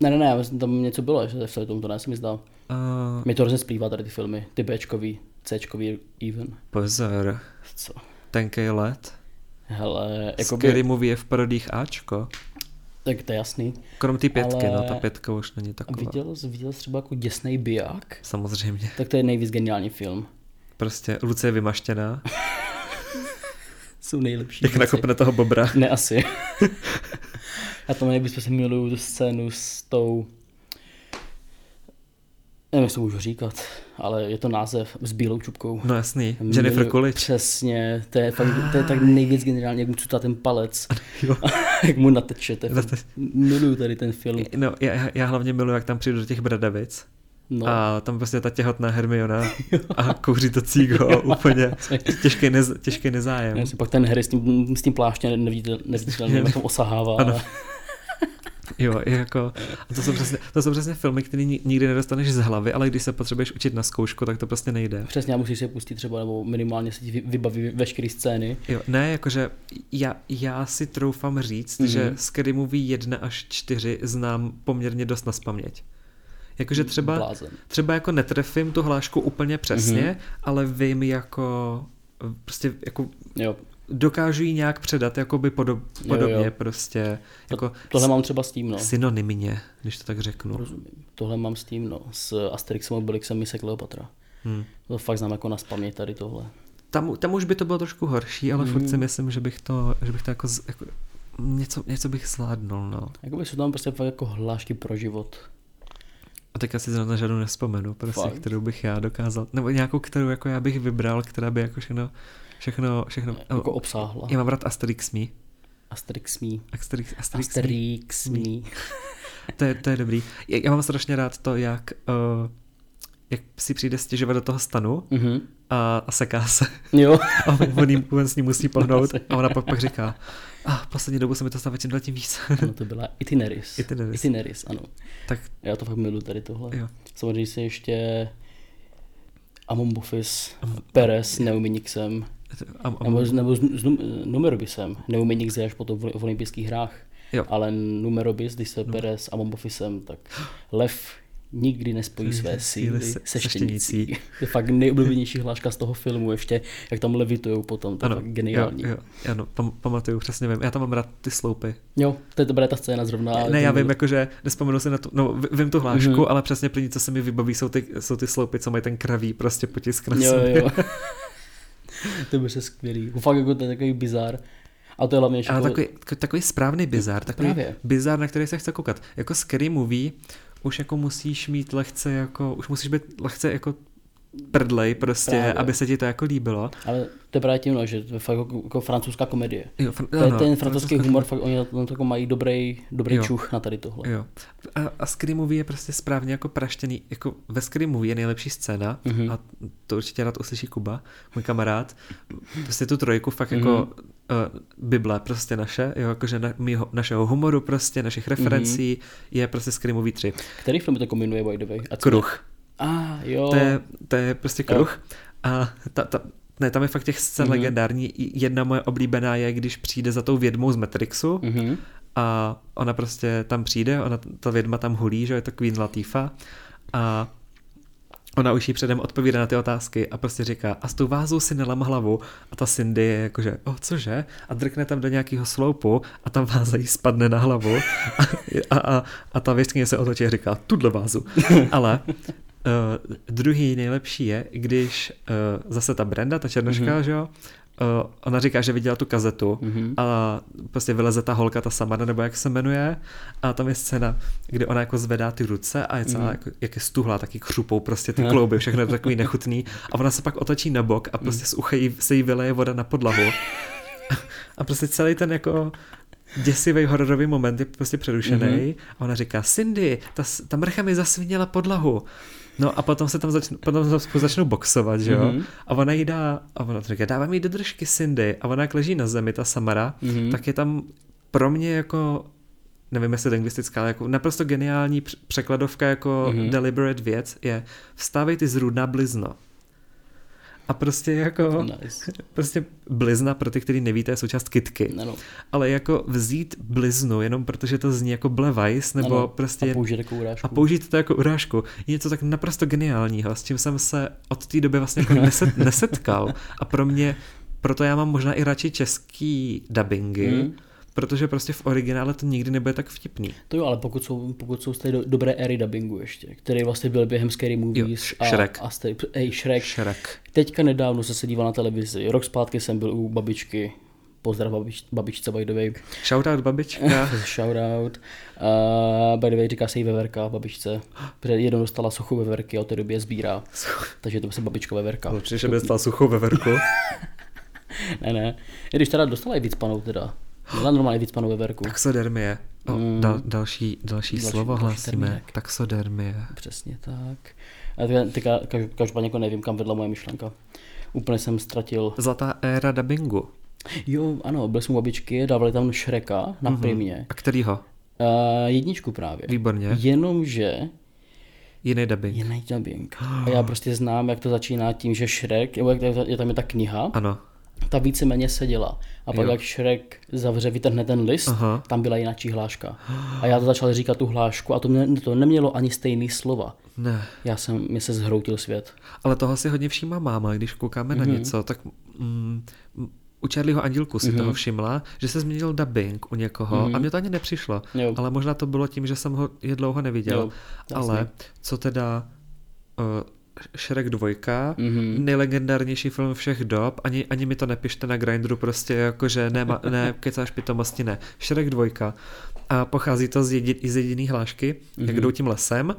Speaker 2: Ne, ne, ne, já myslím, tam něco bylo, že v tom to ne, já se mi zdá.
Speaker 1: Uh,
Speaker 2: Mě to hrozně splývá tady ty filmy, ty Bčkový, Cčkový even.
Speaker 1: pozor,
Speaker 2: Co?
Speaker 1: tenkej let.
Speaker 2: Hele,
Speaker 1: Jakoby... Scary
Speaker 2: jakoby,
Speaker 1: movie je v parodích Ačko.
Speaker 2: tak to je jasný.
Speaker 1: Krom té pětky, Ale...
Speaker 2: Ale-
Speaker 1: no ta pětka už není taková.
Speaker 2: A viděl, jsi- viděl jsi třeba jako Děsnej biják?
Speaker 1: Samozřejmě.
Speaker 2: Tak to je nejvíc geniální film.
Speaker 1: Prostě Luce je vymaštěná,
Speaker 2: Jsou nejlepší.
Speaker 1: jak
Speaker 2: věci.
Speaker 1: nakopne toho bobra.
Speaker 2: Ne, asi. <laughs> Já tam nejvíc prostě miluju tu scénu s tou... Nevím, jestli to můžu říkat, ale je to název s bílou čupkou.
Speaker 1: No jasný, <laughs> Jennifer
Speaker 2: Miluju-
Speaker 1: Coolidge.
Speaker 2: Přesně, to je, fakt, to je tak nejvíc generálně, jak mu cutá ten palec.
Speaker 1: <laughs> Jo.
Speaker 2: <laughs> jak mu nateče, to je fakt,
Speaker 1: Nate-
Speaker 2: miluju tady ten film.
Speaker 1: No, já, já hlavně miluji, jak tam přijdu do těch bradavic.
Speaker 2: No,
Speaker 1: No. A tam prostě ta těhotná Hermiona a kouří to cígo úplně těžký, nez, těžký nezájem.
Speaker 2: nevím, si pak ten Harry s tím, s tím pláštěm neviditelný, neviditelný jak tam osahává.
Speaker 1: Ano. Jo, je jako, a to jsou přesně, to jsou přesně filmy, které ni- nikdy nedostaneš z hlavy, ale když se potřebuješ učit na zkoušku, tak to prostě nejde.
Speaker 2: Přesně, a musíš se pustit třeba, nebo minimálně se ti vy- vybaví veškeré scény.
Speaker 1: Jo, ne, jakože já, já si troufám říct, mm-hmm. že Scary Movie 1 až 4 znám poměrně dost na spaměť. Jakože třeba,
Speaker 2: Blázen.
Speaker 1: třeba jako netrefím tu hlášku úplně přesně,
Speaker 2: Mhm.
Speaker 1: mm-hmm. ale vím jako prostě jako
Speaker 2: Jo.
Speaker 1: dokážu ji nějak předat jakoby podob,
Speaker 2: jo.
Speaker 1: podobně prostě jako
Speaker 2: Tohle mám třeba s tím, no.
Speaker 1: synonymně, když to tak řeknu.
Speaker 2: Rozumím. Tohle mám s tím, no. S Asterixem, Obelixem, Mise Kleopatra.
Speaker 1: Hmm.
Speaker 2: To fakt znám jako na spaměť tady tohle.
Speaker 1: Tam, tam už by to bylo trošku horší, ale mm. furt
Speaker 2: Mhm.
Speaker 1: si myslím, že bych to, že bych to jako, z- jako něco, něco bych zvládnul, no.
Speaker 2: Jakoby jsou tam prostě fakt jako hlášky pro život.
Speaker 1: A teď asi zrovna žádnou nespomenu, prostě,
Speaker 2: Fakt?
Speaker 1: kterou bych já dokázal, nebo nějakou, kterou jako já bych vybral, která by jako všechno, všechno, všechno,
Speaker 2: Jako obsáhla.
Speaker 1: já mám rád Asterix Me,
Speaker 2: Asterix mý.
Speaker 1: Asterix, Asterix, Asterix.
Speaker 2: Asterix mý.
Speaker 1: to, je, to je dobrý. Já, já mám strašně rád to, jak, uh, jak si přijde stěžovat do toho stanu
Speaker 2: Mhm.
Speaker 1: a, a seká se.
Speaker 2: Jo. <laughs>
Speaker 1: A on, on, jim, on s ním musí pohnout a ona pak, pak říká, ah, poslední dobu se mi to stává čím dál tím víc. <laughs>
Speaker 2: Ano, No, to byla Itineris.
Speaker 1: Itineris.
Speaker 2: Itineris, ano.
Speaker 1: tak
Speaker 2: Já to fakt miluji tady tohle.
Speaker 1: Jo.
Speaker 2: Samozřejmě si ještě Amon Bufis, Perez, Neuminixem,
Speaker 1: a, a,
Speaker 2: nebo, nebo s, s Num- eh, Numerobisem. Numerobis je až potom v, v olympijských hrách.
Speaker 1: Jo. No.
Speaker 2: Ale Numerobis, když se pere s Amon Bufisem, tak lev nikdy nespojí své síly
Speaker 1: síly se- se
Speaker 2: se štěnicí. <laughs> To je fakt nejoblíbenější hláška z toho filmu, ještě jak tam levitujou potom, to je
Speaker 1: ano,
Speaker 2: fakt geniální.
Speaker 1: Jo, jo, ano, pam, pamatuju, přesně vím. Já tam mám rád ty sloupy.
Speaker 2: Jo, to je dobrá ta scéna zrovna.
Speaker 1: ne, já
Speaker 2: ten- Mhm.
Speaker 1: vím, jakože nespomenu si na tu, no v- vím tu hlášku, mm-hmm. ale přesně první, co se mi vybaví, jsou ty, jsou ty sloupy, co mají ten kravý prostě potisk na
Speaker 2: Jo,
Speaker 1: sobě. <laughs>
Speaker 2: jo. to by se skvělý. Fakt jako to je takový bizar. A to je hlavně, že
Speaker 1: Ale
Speaker 2: to-
Speaker 1: takový, k- takový správný bizar, takový
Speaker 2: Jako- No, Právě.
Speaker 1: bizar, na který se chce koukat. Jako scary movie, už jako musíš mít lehce jako, už musíš být lehce jako prdlej prostě,
Speaker 2: Právě.
Speaker 1: Právě. aby se ti to jako líbilo.
Speaker 2: ale to je právě tím, no, že to je fakt jako, jako francouzská komedie.
Speaker 1: Jo, fr-
Speaker 2: To je
Speaker 1: ano,
Speaker 2: ten francouzský humor, fakt oni na to- na to jako mají dobrý, dobrý
Speaker 1: Jo.
Speaker 2: čuch na tady tohle.
Speaker 1: Jo. A, a Scary Movie je prostě správně jako praštěný, jako ve Scary Movie je nejlepší scéna
Speaker 2: Mhm.
Speaker 1: mm-hmm. a to určitě rád uslyší Kuba, můj kamarád, prostě tu trojku fakt jako
Speaker 2: Mhm.
Speaker 1: mm-hmm. uh, bible prostě naše, jo, jakože na, mýho, našeho humoru prostě, našich referencí mm-hmm. je prostě Scary Movie 3.
Speaker 2: Který film to kombinuje, by the way? Mhm. A co-
Speaker 1: Kruh.
Speaker 2: A jo,
Speaker 1: To je, to je prostě kruh a ta, ta, ne, tam je fakt těch
Speaker 2: Mhm.
Speaker 1: scén mm-hmm. legendární. Jedna moje oblíbená je, když přijde za tou vědmou z Matrixu
Speaker 2: Mhm.
Speaker 1: a ona prostě tam přijde, ona ta vědma tam hulí, že jo, je to Queen Latifa a ona už jí předem odpovídá na ty otázky a prostě říká, a s tou vázou si nelem hlavu a ta Cindy je jakože, o cože? A drkne tam do nějakého sloupu a tam váza jí spadne na hlavu a, a, a, a ta věřkyně se otočí a říká, tuhle vázu. Ale Uh, druhý nejlepší je, když uh, zase ta Brenda, ta černoška, mm-hmm. že jo, uh, ona říká, že viděla tu kazetu mm-hmm. a prostě vyleze ta holka, ta Samara, nebo jak se jmenuje, a tam je scéna, kdy ona jako zvedá ty ruce a je celá, mm-hmm. jako, jak je stuhlá, taky křupou prostě ty klouby, všechno je to takový nechutný a ona se pak otočí na bok a prostě z ucha jí, se jí vyleje voda na podlahu a prostě celý ten jako děsivý hororový moment je prostě přerušený mm-hmm. a ona říká, Cindy, ta, s- ta mrcha mi zasvinila podlahu. No a potom se tam začnou, potom se tam spolu začnou boxovat, že jo? Mm-hmm. A ona jí dá, a ona to říká, dávám jí do držky Cindy. A ona jak leží na zemi, ta Samara,
Speaker 2: mhm.
Speaker 1: mm-hmm. tak je tam pro mě jako nevím, jestli lingvistická, ale jako naprosto geniální př- překladovka jako mm-hmm. deliberate věc je vstávej ty zrůdná blizno. A prostě jako...
Speaker 2: nice.
Speaker 1: Prostě blizna, pro ty, kteří nevíte, je součást kitky.
Speaker 2: Ano.
Speaker 1: Ale jako vzít bliznu, jenom protože to zní jako blevajs, nebo
Speaker 2: Ano.
Speaker 1: prostě...
Speaker 2: A použít takovou urážku.
Speaker 1: a použít to jako urážku je něco tak naprosto geniálního, s čím jsem se od té doby vlastně jako
Speaker 2: <laughs>
Speaker 1: neset, nesetkal. A pro mě, proto já mám možná i radši český dubbingy, mm.
Speaker 2: Hmm.
Speaker 1: protože prostě v originále to nikdy nebude tak vtipný.
Speaker 2: To jo, ale pokud jsou, pokud jsou z té do, dobré éry dubbingu ještě, který vlastně byl během Scary Movies
Speaker 1: Jo, Sh- Shrek.
Speaker 2: a, a stej, ej, Shrek.
Speaker 1: Šrek.
Speaker 2: Teďka nedávno jsem se díval na televizi, rok zpátky jsem byl u babičky, pozdrav babič, babičce by the way,
Speaker 1: Shoutout
Speaker 2: <laughs>
Speaker 1: babička.
Speaker 2: shoutout, uh, by the way říká se jí Veverka, babičce, protože jednou dostala sochu Veverky a od té doby je sbírá, takže to by se babička Veverka.
Speaker 1: Určitě, že by dostal suchou veverku.
Speaker 2: Ne, ne, i když teda dostala i víc panů teda, byla normálně víc panů Veverku,
Speaker 1: Taxodermie. O, dal, další, další, slovo
Speaker 2: Hmm. další
Speaker 1: hlásíme.
Speaker 2: termínek.
Speaker 1: Taxodermie.
Speaker 2: přesně tak. A teďka, teďka kaž- každopádně jako nevím, kam vedla moje myšlenka. Úplně jsem ztratil
Speaker 1: Zlatá éra dubbingu.
Speaker 2: Jo, ano, byl jsem u babičky, dávali tam Šreka na mm-hmm. primě.
Speaker 1: A kterýho?
Speaker 2: Uh, jedničku právě.
Speaker 1: Výborně.
Speaker 2: Jenomže
Speaker 1: Jiný dubbing.
Speaker 2: je night dubbing. A já prostě znám, jak to začíná tím, že Šrek, nebo jak to- je tam je ta kniha,
Speaker 1: Ano.
Speaker 2: ta víceméně seděla. A pak
Speaker 1: Jo.
Speaker 2: jak Šrek zavře, vytrhne ten list,
Speaker 1: Aha.
Speaker 2: tam byla jiná hláška. A já to začal říkat tu hlášku a to, mě, to nemělo ani stejný slova.
Speaker 1: Ne.
Speaker 2: Já jsem, mě se zhroutil svět.
Speaker 1: Ale toho si hodně všímá máma, když koukáme mm-hmm. na něco, tak mm, m- u Charlieho Andílku si mm-hmm. toho všimla, že se změnil dubbing u někoho mm-hmm. a mně to ani nepřišlo.
Speaker 2: Jo.
Speaker 1: Ale možná to bylo tím, že jsem ho je dlouho neviděl.
Speaker 2: Jo,
Speaker 1: ale co teda uh, Šrek 2, mm-hmm. nejlegendárnější film všech dob, ani, ani mi to nepište na Grindru, prostě jakože ne, ma- ne kecáš pitomosti, ne. Šrek 2 a pochází to z, jedi, i z jediný hlášky, mm-hmm. jak jdou tím lesem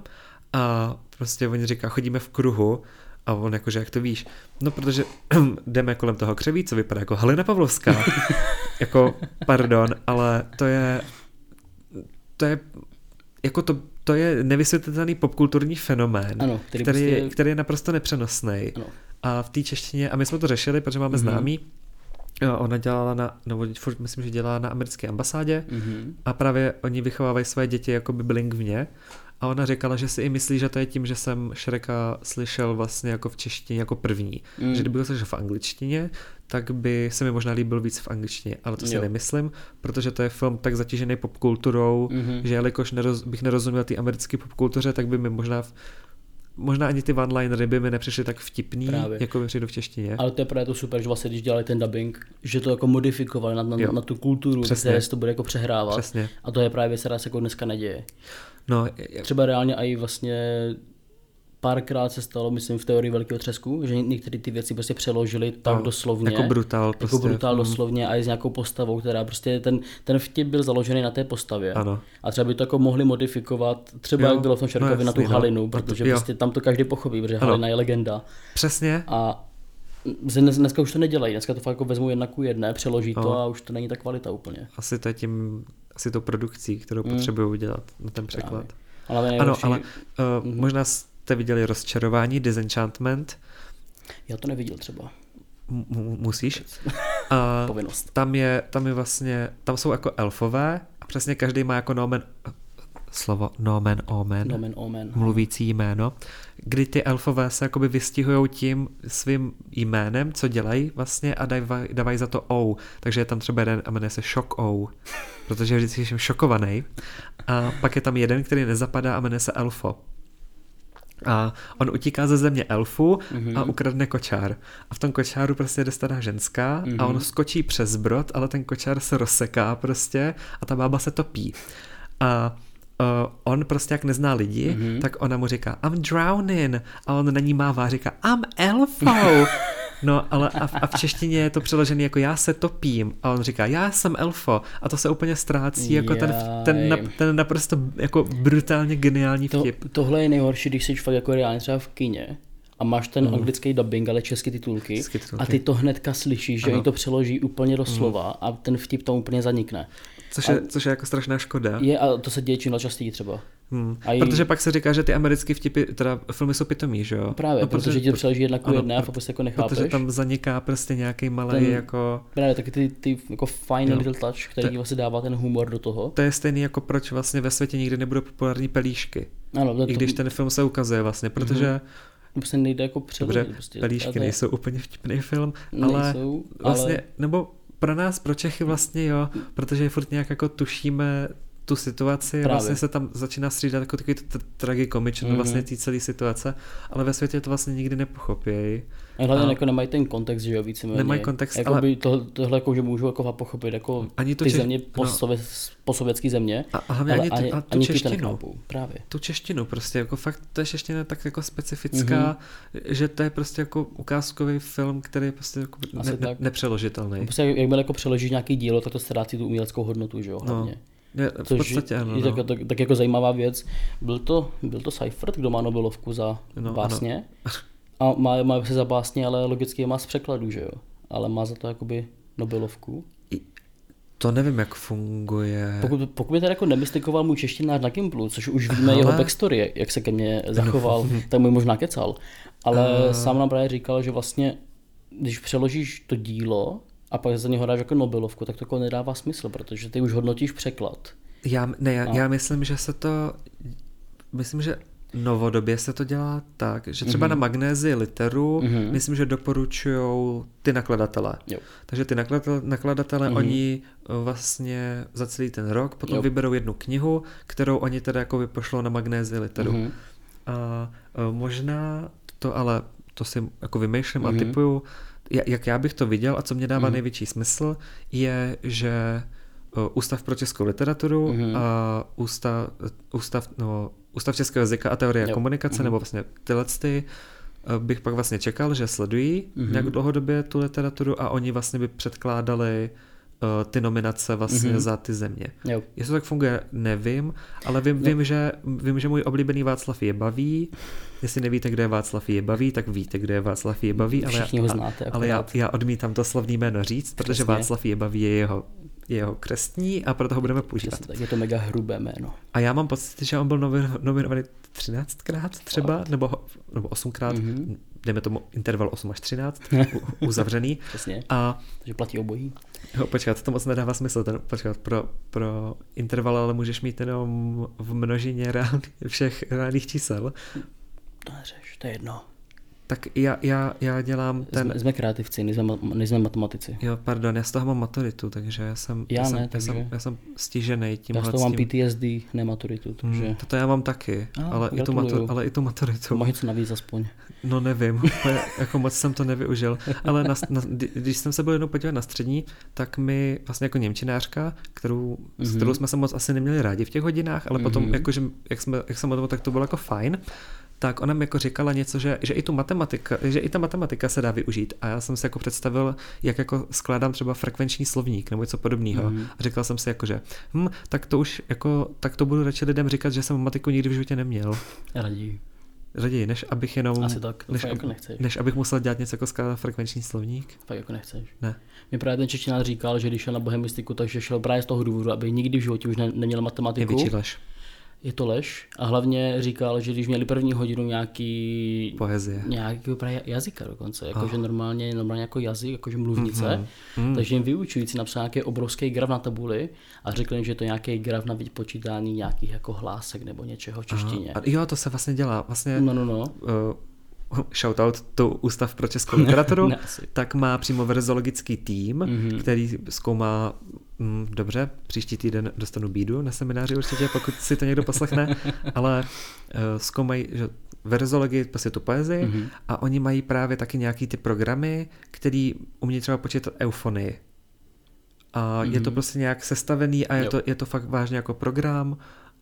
Speaker 1: a prostě oni říká, chodíme v kruhu a on jakože, jak to víš? No, protože <clears throat> jdeme kolem toho křeví, co vypadá jako Halina Pavlovská. jako, pardon, ale to je to je jako to, to je nevysvětlitelný popkulturní fenomén,
Speaker 2: Ano, který
Speaker 1: který, který,
Speaker 2: prostě-
Speaker 1: je, který je naprosto nepřenosný.
Speaker 2: Ano. Mhm.
Speaker 1: A v té češtině, a my jsme to řešili, protože máme mm-hmm. známý, jo, ona dělala na, nebo furt myslím, že dělala na americké ambasádě
Speaker 2: Mhm.
Speaker 1: a právě oni vychovávají své děti jako by bilingvně a ona říkala, že si i myslí, že to je tím, že jsem Shreka slyšel vlastně jako v češtině jako první.
Speaker 2: Mm.
Speaker 1: Mm. Že kdyby ho slyšel v angličtině, tak by se mi možná líbil víc v angličtině, ale to si
Speaker 2: Jo.
Speaker 1: nemyslím, protože to je film tak zatížený popkulturou,
Speaker 2: Mhm.
Speaker 1: mm-hmm. že jelikož neroz, bych nerozuměl té americké popkultuře, tak by mi možná v, možná ani ty one-linery by mi nepřišly tak vtipný,
Speaker 2: Právě.
Speaker 1: Právě. jako mi přijdu v češtině.
Speaker 2: Ale to je právě to super, že vlastně, když dělali ten dubbing, že to jako modifikovali na, na,
Speaker 1: Jo.
Speaker 2: na tu kulturu,
Speaker 1: Přesně.
Speaker 2: které se to bude jako přehrávat.
Speaker 1: Přesně.
Speaker 2: A to je právě věc, která se jako dneska neděje.
Speaker 1: No, je-
Speaker 2: Třeba reálně i vlastně párkrát se stalo, myslím, v teorii velkého třesku, že některé ty věci prostě přeložili tak
Speaker 1: No,
Speaker 2: doslovně.
Speaker 1: jako brutál
Speaker 2: Jako
Speaker 1: prostě.
Speaker 2: brutál doslovně a i s nějakou postavou, která prostě ten, ten vtip byl založený na té postavě.
Speaker 1: Ano.
Speaker 2: A třeba by to jako mohli modifikovat, třeba
Speaker 1: Jo,
Speaker 2: jak bylo v tom
Speaker 1: no
Speaker 2: Šarkovi na tu
Speaker 1: jasný, no.
Speaker 2: Halinu,
Speaker 1: A to-
Speaker 2: protože
Speaker 1: jo.
Speaker 2: prostě tam to každý pochopí, protože Halina je legenda.
Speaker 1: přesně.
Speaker 2: A z- dnes- dneska už to nedělají, dneska to fakt jako vezmu jedna ku jedné, přeloží to
Speaker 1: No.
Speaker 2: a už to není ta kvalita úplně.
Speaker 1: Asi to je tím, asi to produkcí, kterou mm. potřebují dělat na ten překlad.
Speaker 2: Ale to je Mhm.
Speaker 1: Ano,
Speaker 2: nejhorší-
Speaker 1: ale uh, mm-hmm. možná jste viděli rozčarování, Disenchantment,
Speaker 2: Já to neviděl třeba,
Speaker 1: M- mu- musíš. A
Speaker 2: <laughs> povinnost.
Speaker 1: tam je, tam je vlastně, tam jsou jako elfové a přesně každý má jako nomen, slovo nomen omen,
Speaker 2: Nomen omen.
Speaker 1: mluvící jméno, kdy ty elfové se jakoby vystihují tím svým jménem, co dělají vlastně a dávají dávaj za to O. Takže je tam třeba jeden a jmenuje se Shock O, protože je vždycky jsem šokovaný. A pak je tam jeden, který nezapadá a jmenuje se Elfo. A on utíká ze země elfu mm-hmm. a
Speaker 2: Mhm.
Speaker 1: ukradne kočár. A v tom kočáru prostě jde stará ženská
Speaker 2: Mhm.
Speaker 1: mm-hmm. a on skočí přes brod, ale ten kočár se rozseká prostě a ta bába se topí. A uh, on prostě jak nezná lidi,
Speaker 2: Mhm.
Speaker 1: mm-hmm. tak ona mu říká I'm drowning a on na ní mává a říká I'm
Speaker 2: <laughs>
Speaker 1: elfou. No, ale a v, a v češtině je to přeložené jako já se topím a on říká já jsem elfo a to se úplně ztrácí jako ten, v- ten, na,
Speaker 2: Jaj.
Speaker 1: ten naprosto jako brutálně geniální
Speaker 2: To,
Speaker 1: vtip.
Speaker 2: tohle je nejhorší, když jsi fakt jako reálně třeba v kině a máš ten mm. anglický dubbing, ale české titulky,
Speaker 1: České Mhm. titulky. Mhm.
Speaker 2: a ty to hnedka slyšíš, že oni to přeloží úplně do slova a ten vtip tam úplně zanikne.
Speaker 1: Což je, což je jako strašná škoda.
Speaker 2: Je, a to se děje čím dál častěji třeba.
Speaker 1: Hmm.
Speaker 2: A i-
Speaker 1: Protože pak se říká, že ty americké vtipy, teda filmy jsou pitomí, že jo?
Speaker 2: Právě,
Speaker 1: no,
Speaker 2: protože, protože ti to přeloží jedna ku jedné a fakt prostě jako nechápeš.
Speaker 1: protože tam zaniká prostě nějaký malý
Speaker 2: Ten-
Speaker 1: ten... jako...
Speaker 2: Právě taky ty, ty jako fine little touch, který ti vlastně dává ten humor do toho.
Speaker 1: To je stejný jako proč vlastně ve světě nikdy nebudou populární pelíšky.
Speaker 2: Ano, No to,
Speaker 1: I když ten film se ukazuje vlastně, protože
Speaker 2: to prostě nejde jako přeložit.
Speaker 1: dobře,
Speaker 2: prostě, A to
Speaker 1: pelíšky
Speaker 2: je-
Speaker 1: nejsou úplně vtipný film, ale
Speaker 2: Nejsou,
Speaker 1: vlastně,
Speaker 2: ale-
Speaker 1: nebo pro nás, pro Čechy vlastně jo, protože furt nějak jako tušíme tu situaci, Právě. vlastně se tam začíná střídat jako takový t- tragikomičný mm-hmm.
Speaker 2: Mhm.
Speaker 1: vlastně té celé situace, ale ve světě to vlastně nikdy nepochopějí.
Speaker 2: A hlavně a... jako nemají ten kontext, že jo, víceméně.
Speaker 1: Nemají kontext,
Speaker 2: jako
Speaker 1: ale-
Speaker 2: by tohle, tohle jako, že můžu jako pochopit jako
Speaker 1: Ani to
Speaker 2: ty
Speaker 1: Čech-
Speaker 2: země,
Speaker 1: no.
Speaker 2: posově, posovětský země,
Speaker 1: A- a hlavně ani tu- a tu
Speaker 2: ti to
Speaker 1: češtinu.
Speaker 2: nechápou, právě.
Speaker 1: tu češtinu prostě, jako fakt ta čeština je tak jako specifická,
Speaker 2: Mhm.
Speaker 1: mm-hmm. že to je prostě jako ukázkový film, který je prostě jako
Speaker 2: Asi
Speaker 1: ne, ne,
Speaker 2: tak.
Speaker 1: nepřeložitelný.
Speaker 2: Prostě jak- jakmile jako přeložíš nějaký dílo, tak to ztrácí tu uměleckou hodnotu, že jo, hlavně. No.
Speaker 1: Je, v podstatě ano,
Speaker 2: je
Speaker 1: no.
Speaker 2: tak, tak, tak, jako zajímavá věc. Byl to, byl to Seifert, kdo má Nobelovku za no,
Speaker 1: No,
Speaker 2: básně. Ano. A má, má se za básně, ale logicky je má z překladu, že jo. Ale má za to jakoby Nobelovku.
Speaker 1: To nevím, jak funguje.
Speaker 2: Pokud, pokud by teda jako nemystikoval můj češtinář na Gimplu, což už víme jeho backstory, jak se ke mně zachoval, tak mi možná kecal. Ale sám nám právě říkal, že vlastně, když přeložíš to dílo a pak za něho dáš jako Nobelovku, tak to jako nedává smysl, protože ty už hodnotíš překlad.
Speaker 1: Já, ne, já, já myslím, že se to, myslím, že novodobě se to dělá tak, že
Speaker 2: Mhm.
Speaker 1: třeba mm-hmm. na magnézi literu, mm-hmm. myslím, že doporučují ty nakladatele.
Speaker 2: Jo. Mhm.
Speaker 1: Takže ty nakladatel, nakladatele, mm-hmm. oni eh, vlastně za celý ten rok potom
Speaker 2: Jo.
Speaker 1: jo. vyberou jednu knihu, kterou oni teda jako by pošlou na magnézi literu. Mm-hmm. A eh, možná to ale, to si jako vymýšlím mm-hmm. a typuju, ja- jak já bych to viděl a co mě dává mm-hmm. největší smysl, je, že eh, Ústav pro českou literaturu mm-hmm. a ústav, ústav, no, ústav českého jazyka a teorie
Speaker 2: Jo.
Speaker 1: jo. komunikace, mm-hmm. nebo vlastně tyhle ty, eh, bych pak vlastně čekal, že sledují mm-hmm. nějak dlouhodobě tu literaturu a oni vlastně by předkládali eh, ty nominace vlastně mm-hmm. za ty země.
Speaker 2: Jo.
Speaker 1: Jestli to tak funguje, nevím, ale vím, vím, že, vím, že můj oblíbený Václav Jebavý, jestli nevíte, kde je Václav Jebavý, tak víte, kde je Václav Jebavý, ale,
Speaker 2: Všichni ho
Speaker 1: a-
Speaker 2: znáte,
Speaker 1: ale já,
Speaker 2: akorát.
Speaker 1: já odmítám to slavný jméno říct, protože
Speaker 2: Přesně.
Speaker 1: Václav Jebavý je jeho je jeho křestní a proto ho budeme používat.
Speaker 2: Přesně tak, je to mega hrubé jméno.
Speaker 1: A já mám pocit, že on byl nomino- nominovaný 13krát třeba, nebo, ho- nebo 8krát,
Speaker 2: Mhm.
Speaker 1: mm-hmm. dejme tomu interval 8 až
Speaker 2: <laughs>
Speaker 1: 13, u- uzavřený.
Speaker 2: Přesně.
Speaker 1: A
Speaker 2: Takže platí obojí.
Speaker 1: jo, No, počkat, to moc nedává smysl, ten, počkat, pro, pro interval ale můžeš mít jenom v množině reál, všech reálných čísel.
Speaker 2: To neřeš, to je jedno.
Speaker 1: Tak já, já, já dělám ten,
Speaker 2: Jsme, jsme kreativci, nejsme, ma- nejsme matematici.
Speaker 1: jo, pardon, já z toho mám maturitu, takže já jsem,
Speaker 2: Já
Speaker 1: jsem,
Speaker 2: ne,
Speaker 1: já jsem,
Speaker 2: takže-
Speaker 1: já jsem stiženej tím
Speaker 2: Já z toho mám PTSD, ne maturitu, takže
Speaker 1: Hmm,
Speaker 2: hmm.
Speaker 1: toto já mám taky,
Speaker 2: A,
Speaker 1: ale, i tu matur,
Speaker 2: gratuluju.
Speaker 1: ale i tu maturitu.
Speaker 2: máš něco navíc aspoň.
Speaker 1: No nevím, úplně jako moc jsem to nevyužil, ale na, na, kdy- když jsem se byl jednou podívat na střední, tak mi vlastně jako němčinářka, kterou, mm-hmm. s kterou jsme se moc asi neměli rádi v těch hodinách, ale potom, mm-hmm. jakože, jak, jsme, jak jsem o tom, tak to bylo jako fajn, tak ona mi jako říkala něco, že, že, i tu matematika, že i ta matematika se dá využít. A já jsem si jako představil, jak jako skládám třeba frekvenční slovník nebo něco podobného. Mm-hmm. A říkal jsem si jako, že hm, tak to už jako, tak to budu radši lidem říkat, že jsem matiku nikdy v životě neměl.
Speaker 2: Raději.
Speaker 1: Raději, než abych jenom...
Speaker 2: Asi tak, to
Speaker 1: než,
Speaker 2: fakt jako nechceš.
Speaker 1: než abych musel dělat něco jako skládat frekvenční slovník.
Speaker 2: Fakt jako nechceš.
Speaker 1: Ne.
Speaker 2: Mě právě ten Čečinář říkal, že když šel na bohemistiku, takže šel právě z toho důvodu, aby nikdy v životě už ne- neměl
Speaker 1: Je
Speaker 2: matematiku.
Speaker 1: vyčíleš.
Speaker 2: Je to lež. A hlavně říkal, že když měli první hodinu nějaký
Speaker 1: Poezie.
Speaker 2: nějakého právě jazyka dokonce,
Speaker 1: Ah.
Speaker 2: jakože oh. normálně, normálně jako jazyk, jakože mluvnice,
Speaker 1: Mhm.
Speaker 2: mm-hmm. takže jim vyučující napsal nějaký obrovský graf na tabuli a řekl jim, že je to nějaký graf na vypočítání nějakých jako hlásek nebo něčeho v češtině.
Speaker 1: A jo, to se vlastně dělá. Vlastně
Speaker 2: No, no, no.
Speaker 1: <laughs> uh, shoutout to Ústav pro českou literaturu,
Speaker 2: Ne, asi. Mhm.
Speaker 1: tak má přímo verzologický tým, mm-hmm. který zkoumá, mm, dobře, příští týden dostanu bídu na semináři určitě, pokud si to někdo
Speaker 2: <laughs>
Speaker 1: poslechne, ale uh, zkoumají, že verzologii, prostě tu poezii
Speaker 2: Mhm.
Speaker 1: mm-hmm. a oni mají právě taky nějaký ty programy, který umějí třeba počítat eufonii. A mm-hmm. je to prostě nějak sestavený a je
Speaker 2: Mhm. Jo.
Speaker 1: to, je to fakt vážně jako program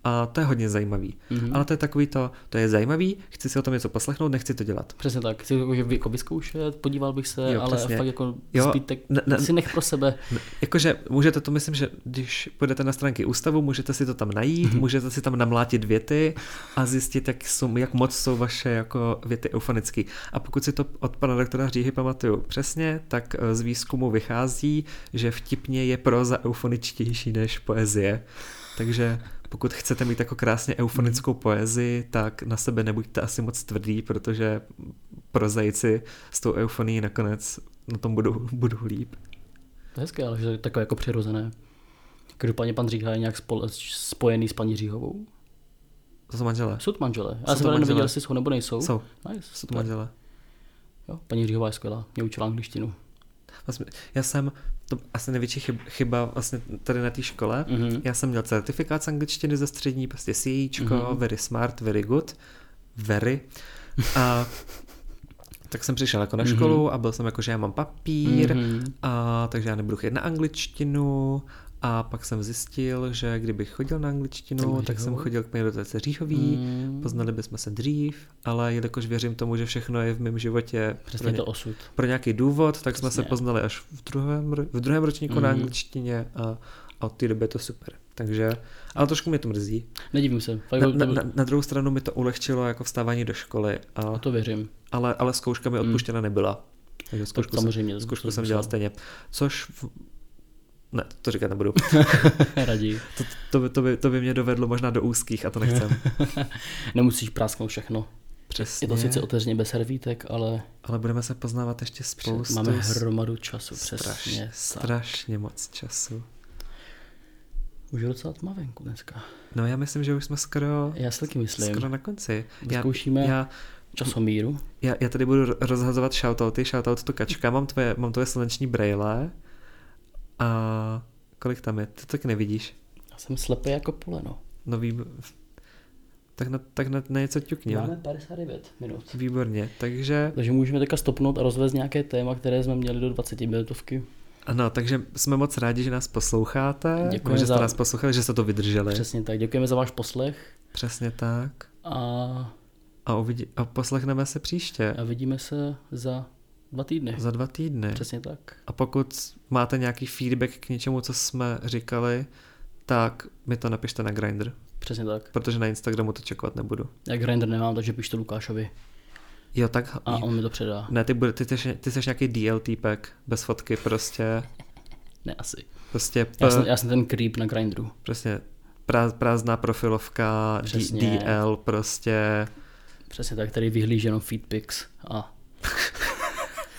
Speaker 1: a to je hodně zajímavý.
Speaker 2: Mhm.
Speaker 1: Mm-hmm. Ale to je takový to, to je zajímavý, chci si o tom něco poslechnout, nechci to dělat.
Speaker 2: Přesně tak, chci jako, že vy- jako vyzkoušet, podíval bych se,
Speaker 1: Jo,
Speaker 2: jo, ale
Speaker 1: přesně.
Speaker 2: přesně. fakt jako
Speaker 1: Jo,
Speaker 2: jo, zbytek
Speaker 1: ne- ne-
Speaker 2: si nech pro sebe.
Speaker 1: Jakože můžete to, myslím, že když půjdete na stránky ústavu, můžete si to tam najít, můžete si tam namlátit věty a zjistit, jak, jsou, jak moc jsou vaše jako věty eufonické. A pokud si to od pana doktora Říhy pamatuju přesně, tak eh, z výzkumu vychází, že vtipně je proza eufoničtější než poezie. Takže pokud chcete mít jako krásně eufonickou poezii, tak na sebe nebuďte asi moc tvrdý, protože prozaici s tou eufonií nakonec na tom budou, budou líp.
Speaker 2: To je hezké, ale že to je takové jako přirozené. Každopádně pan Říha je nějak spole, spojený s paní Říhovou.
Speaker 1: To jsou manželé.
Speaker 2: Jsou to manželé.
Speaker 1: Jsou to
Speaker 2: Já jsem právě nevěděl,
Speaker 1: manželé.
Speaker 2: jestli jsou nebo nejsou.
Speaker 1: Jsou.
Speaker 2: Nice,
Speaker 1: Co to
Speaker 2: super.
Speaker 1: manželé?
Speaker 2: Jo, paní Říhová je skvělá, mě učila angličtinu.
Speaker 1: Vlastně, já jsem, to asi největší chyb- chyba vlastně tady na té
Speaker 2: Mhm.
Speaker 1: škole, mm-hmm. já jsem měl certifikát z angličtiny ze střední, prostě CIčko,
Speaker 2: Mhm.
Speaker 1: mm-hmm. very smart, very good, very. A tak jsem přišel jako
Speaker 2: Mhm.
Speaker 1: na školu a byl jsem jako, že já mám papír, mm-hmm. a takže já nebudu chodit na angličtinu. A pak jsem zjistil, že kdybych chodil na angličtinu, tak jsem chodil k do té Říhový,
Speaker 2: Mhm.
Speaker 1: mm. poznali bychom se dřív, ale jelikož věřím tomu, že všechno je v mém životě
Speaker 2: Přesně to osud.
Speaker 1: pro nějaký důvod, tak jsme se
Speaker 2: Přesně. Mhm.
Speaker 1: poznali až v druhém, ro- v druhém ročníku mm. na angličtině a, a od té doby je to super. Takže, ale trošku mě to mrzí.
Speaker 2: Nedivím se, fakt
Speaker 1: Na,
Speaker 2: to,
Speaker 1: na, na, na druhou stranu mi to ulehčilo jako vstávání do školy, a,
Speaker 2: to věřím. <laughs>
Speaker 1: ale, ale zkouška mi odpuštěna nebyla. Takže zkoušku,
Speaker 2: samozřejmě,
Speaker 1: jsem,
Speaker 2: to
Speaker 1: zkoušku
Speaker 2: jsem
Speaker 1: jsem
Speaker 2: musel.
Speaker 1: dělal stejně. Což, v... ne, to říkat
Speaker 2: <laughs>
Speaker 1: nebudu.
Speaker 2: Raději.
Speaker 1: To, to, by, to, by, to by mě dovedlo možná do úzkých a to
Speaker 2: <laughs>
Speaker 1: nechcem.
Speaker 2: Nemusíš prásknout všechno.
Speaker 1: Přesně.
Speaker 2: Je to sice otevřeně bez servítek, ale
Speaker 1: Ale budeme se poznávat ještě spoustu.
Speaker 2: máme hromadu času.
Speaker 1: strašně,
Speaker 2: Přesně. tak.
Speaker 1: strašně moc času.
Speaker 2: Už je docela tma venku dneska.
Speaker 1: No já myslím, že už jsme skoro
Speaker 2: Já si taky myslím.
Speaker 1: Skoro na konci.
Speaker 2: Zkoušíme.
Speaker 1: Já, já,
Speaker 2: Časomíru.
Speaker 1: já, já tady budu rozhazovat shoutouty, shoutout to kačka, mám tvoje, mám tvoje sluneční brejle a kolik tam je, ty to taky nevidíš.
Speaker 2: Já jsem slepý jako poleno.
Speaker 1: No vím, tak na, tak na, na něco ťukni,
Speaker 2: Máme 59 minut.
Speaker 1: Výborně, takže
Speaker 2: Takže můžeme teďka stopnout a rozvést nějaké téma, které jsme měli do 20 minutovky.
Speaker 1: ano, takže jsme moc rádi, že nás posloucháte,
Speaker 2: Děkujeme
Speaker 1: že jste
Speaker 2: za-
Speaker 1: nás poslouchali, že jste to vydrželi. Přes...
Speaker 2: Přesně tak. Děkujeme za váš poslech
Speaker 1: Přesně tak.
Speaker 2: a,
Speaker 1: A, uvidí, a poslechneme se příště,
Speaker 2: a vidíme se za dva týdny.
Speaker 1: za dva týdny.
Speaker 2: Přesně tak.
Speaker 1: A pokud máte nějaký feedback k něčemu, co jsme říkali, tak mi to napište na Grindr,
Speaker 2: Přesně tak.
Speaker 1: protože na Instagramu to čekovat nebudu.
Speaker 2: Já Grindr nemám, takže píš to Lukášovi.
Speaker 1: Jo, tak...
Speaker 2: A on mi to předá.
Speaker 1: Ne, ty, bude, ty, ty, ty jsi nějaký DL týpek, bez fotky prostě.
Speaker 2: Ne, asi.
Speaker 1: Prostě
Speaker 2: Já jsem, já jsem ten creep na Grindru.
Speaker 1: Přesně. Prá, prázdná profilovka, D-
Speaker 2: Přesně.
Speaker 1: DL prostě.
Speaker 2: Přesně tak, který vyhlíží jenom feedpics a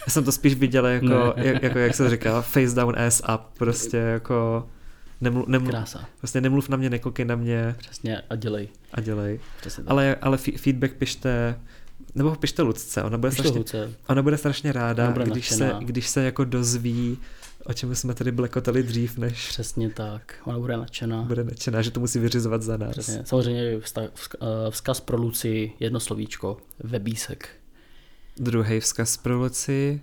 Speaker 1: Já jsem to spíš viděl jako, jak, jako jak se říká, face down, ass up, prostě jako nemlu, nemlu,
Speaker 2: krása.
Speaker 1: prostě nemluv na mě, nekoukej na mě
Speaker 2: Přesně a dělej.
Speaker 1: a dělej.
Speaker 2: Přesně tak.
Speaker 1: Ale, ale fi- feedback pište, nebo ho pište Lucce, ona bude,
Speaker 2: Pište
Speaker 1: strašně,
Speaker 2: Lucce.
Speaker 1: ona bude strašně ráda,
Speaker 2: Ona bude
Speaker 1: když, se,
Speaker 2: nadšená.
Speaker 1: když se jako dozví, o čem jsme tady blekotali dřív, než
Speaker 2: Přesně tak. Ona bude nadšená.
Speaker 1: bude nadšená, že to musí vyřizovat za nás.
Speaker 2: Přesně. Samozřejmě vzta- vzk- eh, vzkaz pro Luci, jedno slovíčko, webísek.
Speaker 1: Druhý vzkaz pro Luci,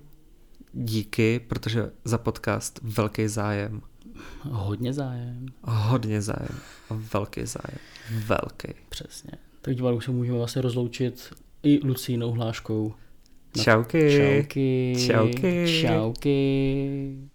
Speaker 1: díky, protože za podcast velký zájem.
Speaker 2: Hodně zájem.
Speaker 1: Hodně zájem. A velký zájem. Velký.
Speaker 2: Přesně. Tak diváků se můžeme vlastně rozloučit i No, Lucínou hláškou. Na-
Speaker 1: Čauky.
Speaker 2: Čauky.
Speaker 1: Čauky.
Speaker 2: Čauky.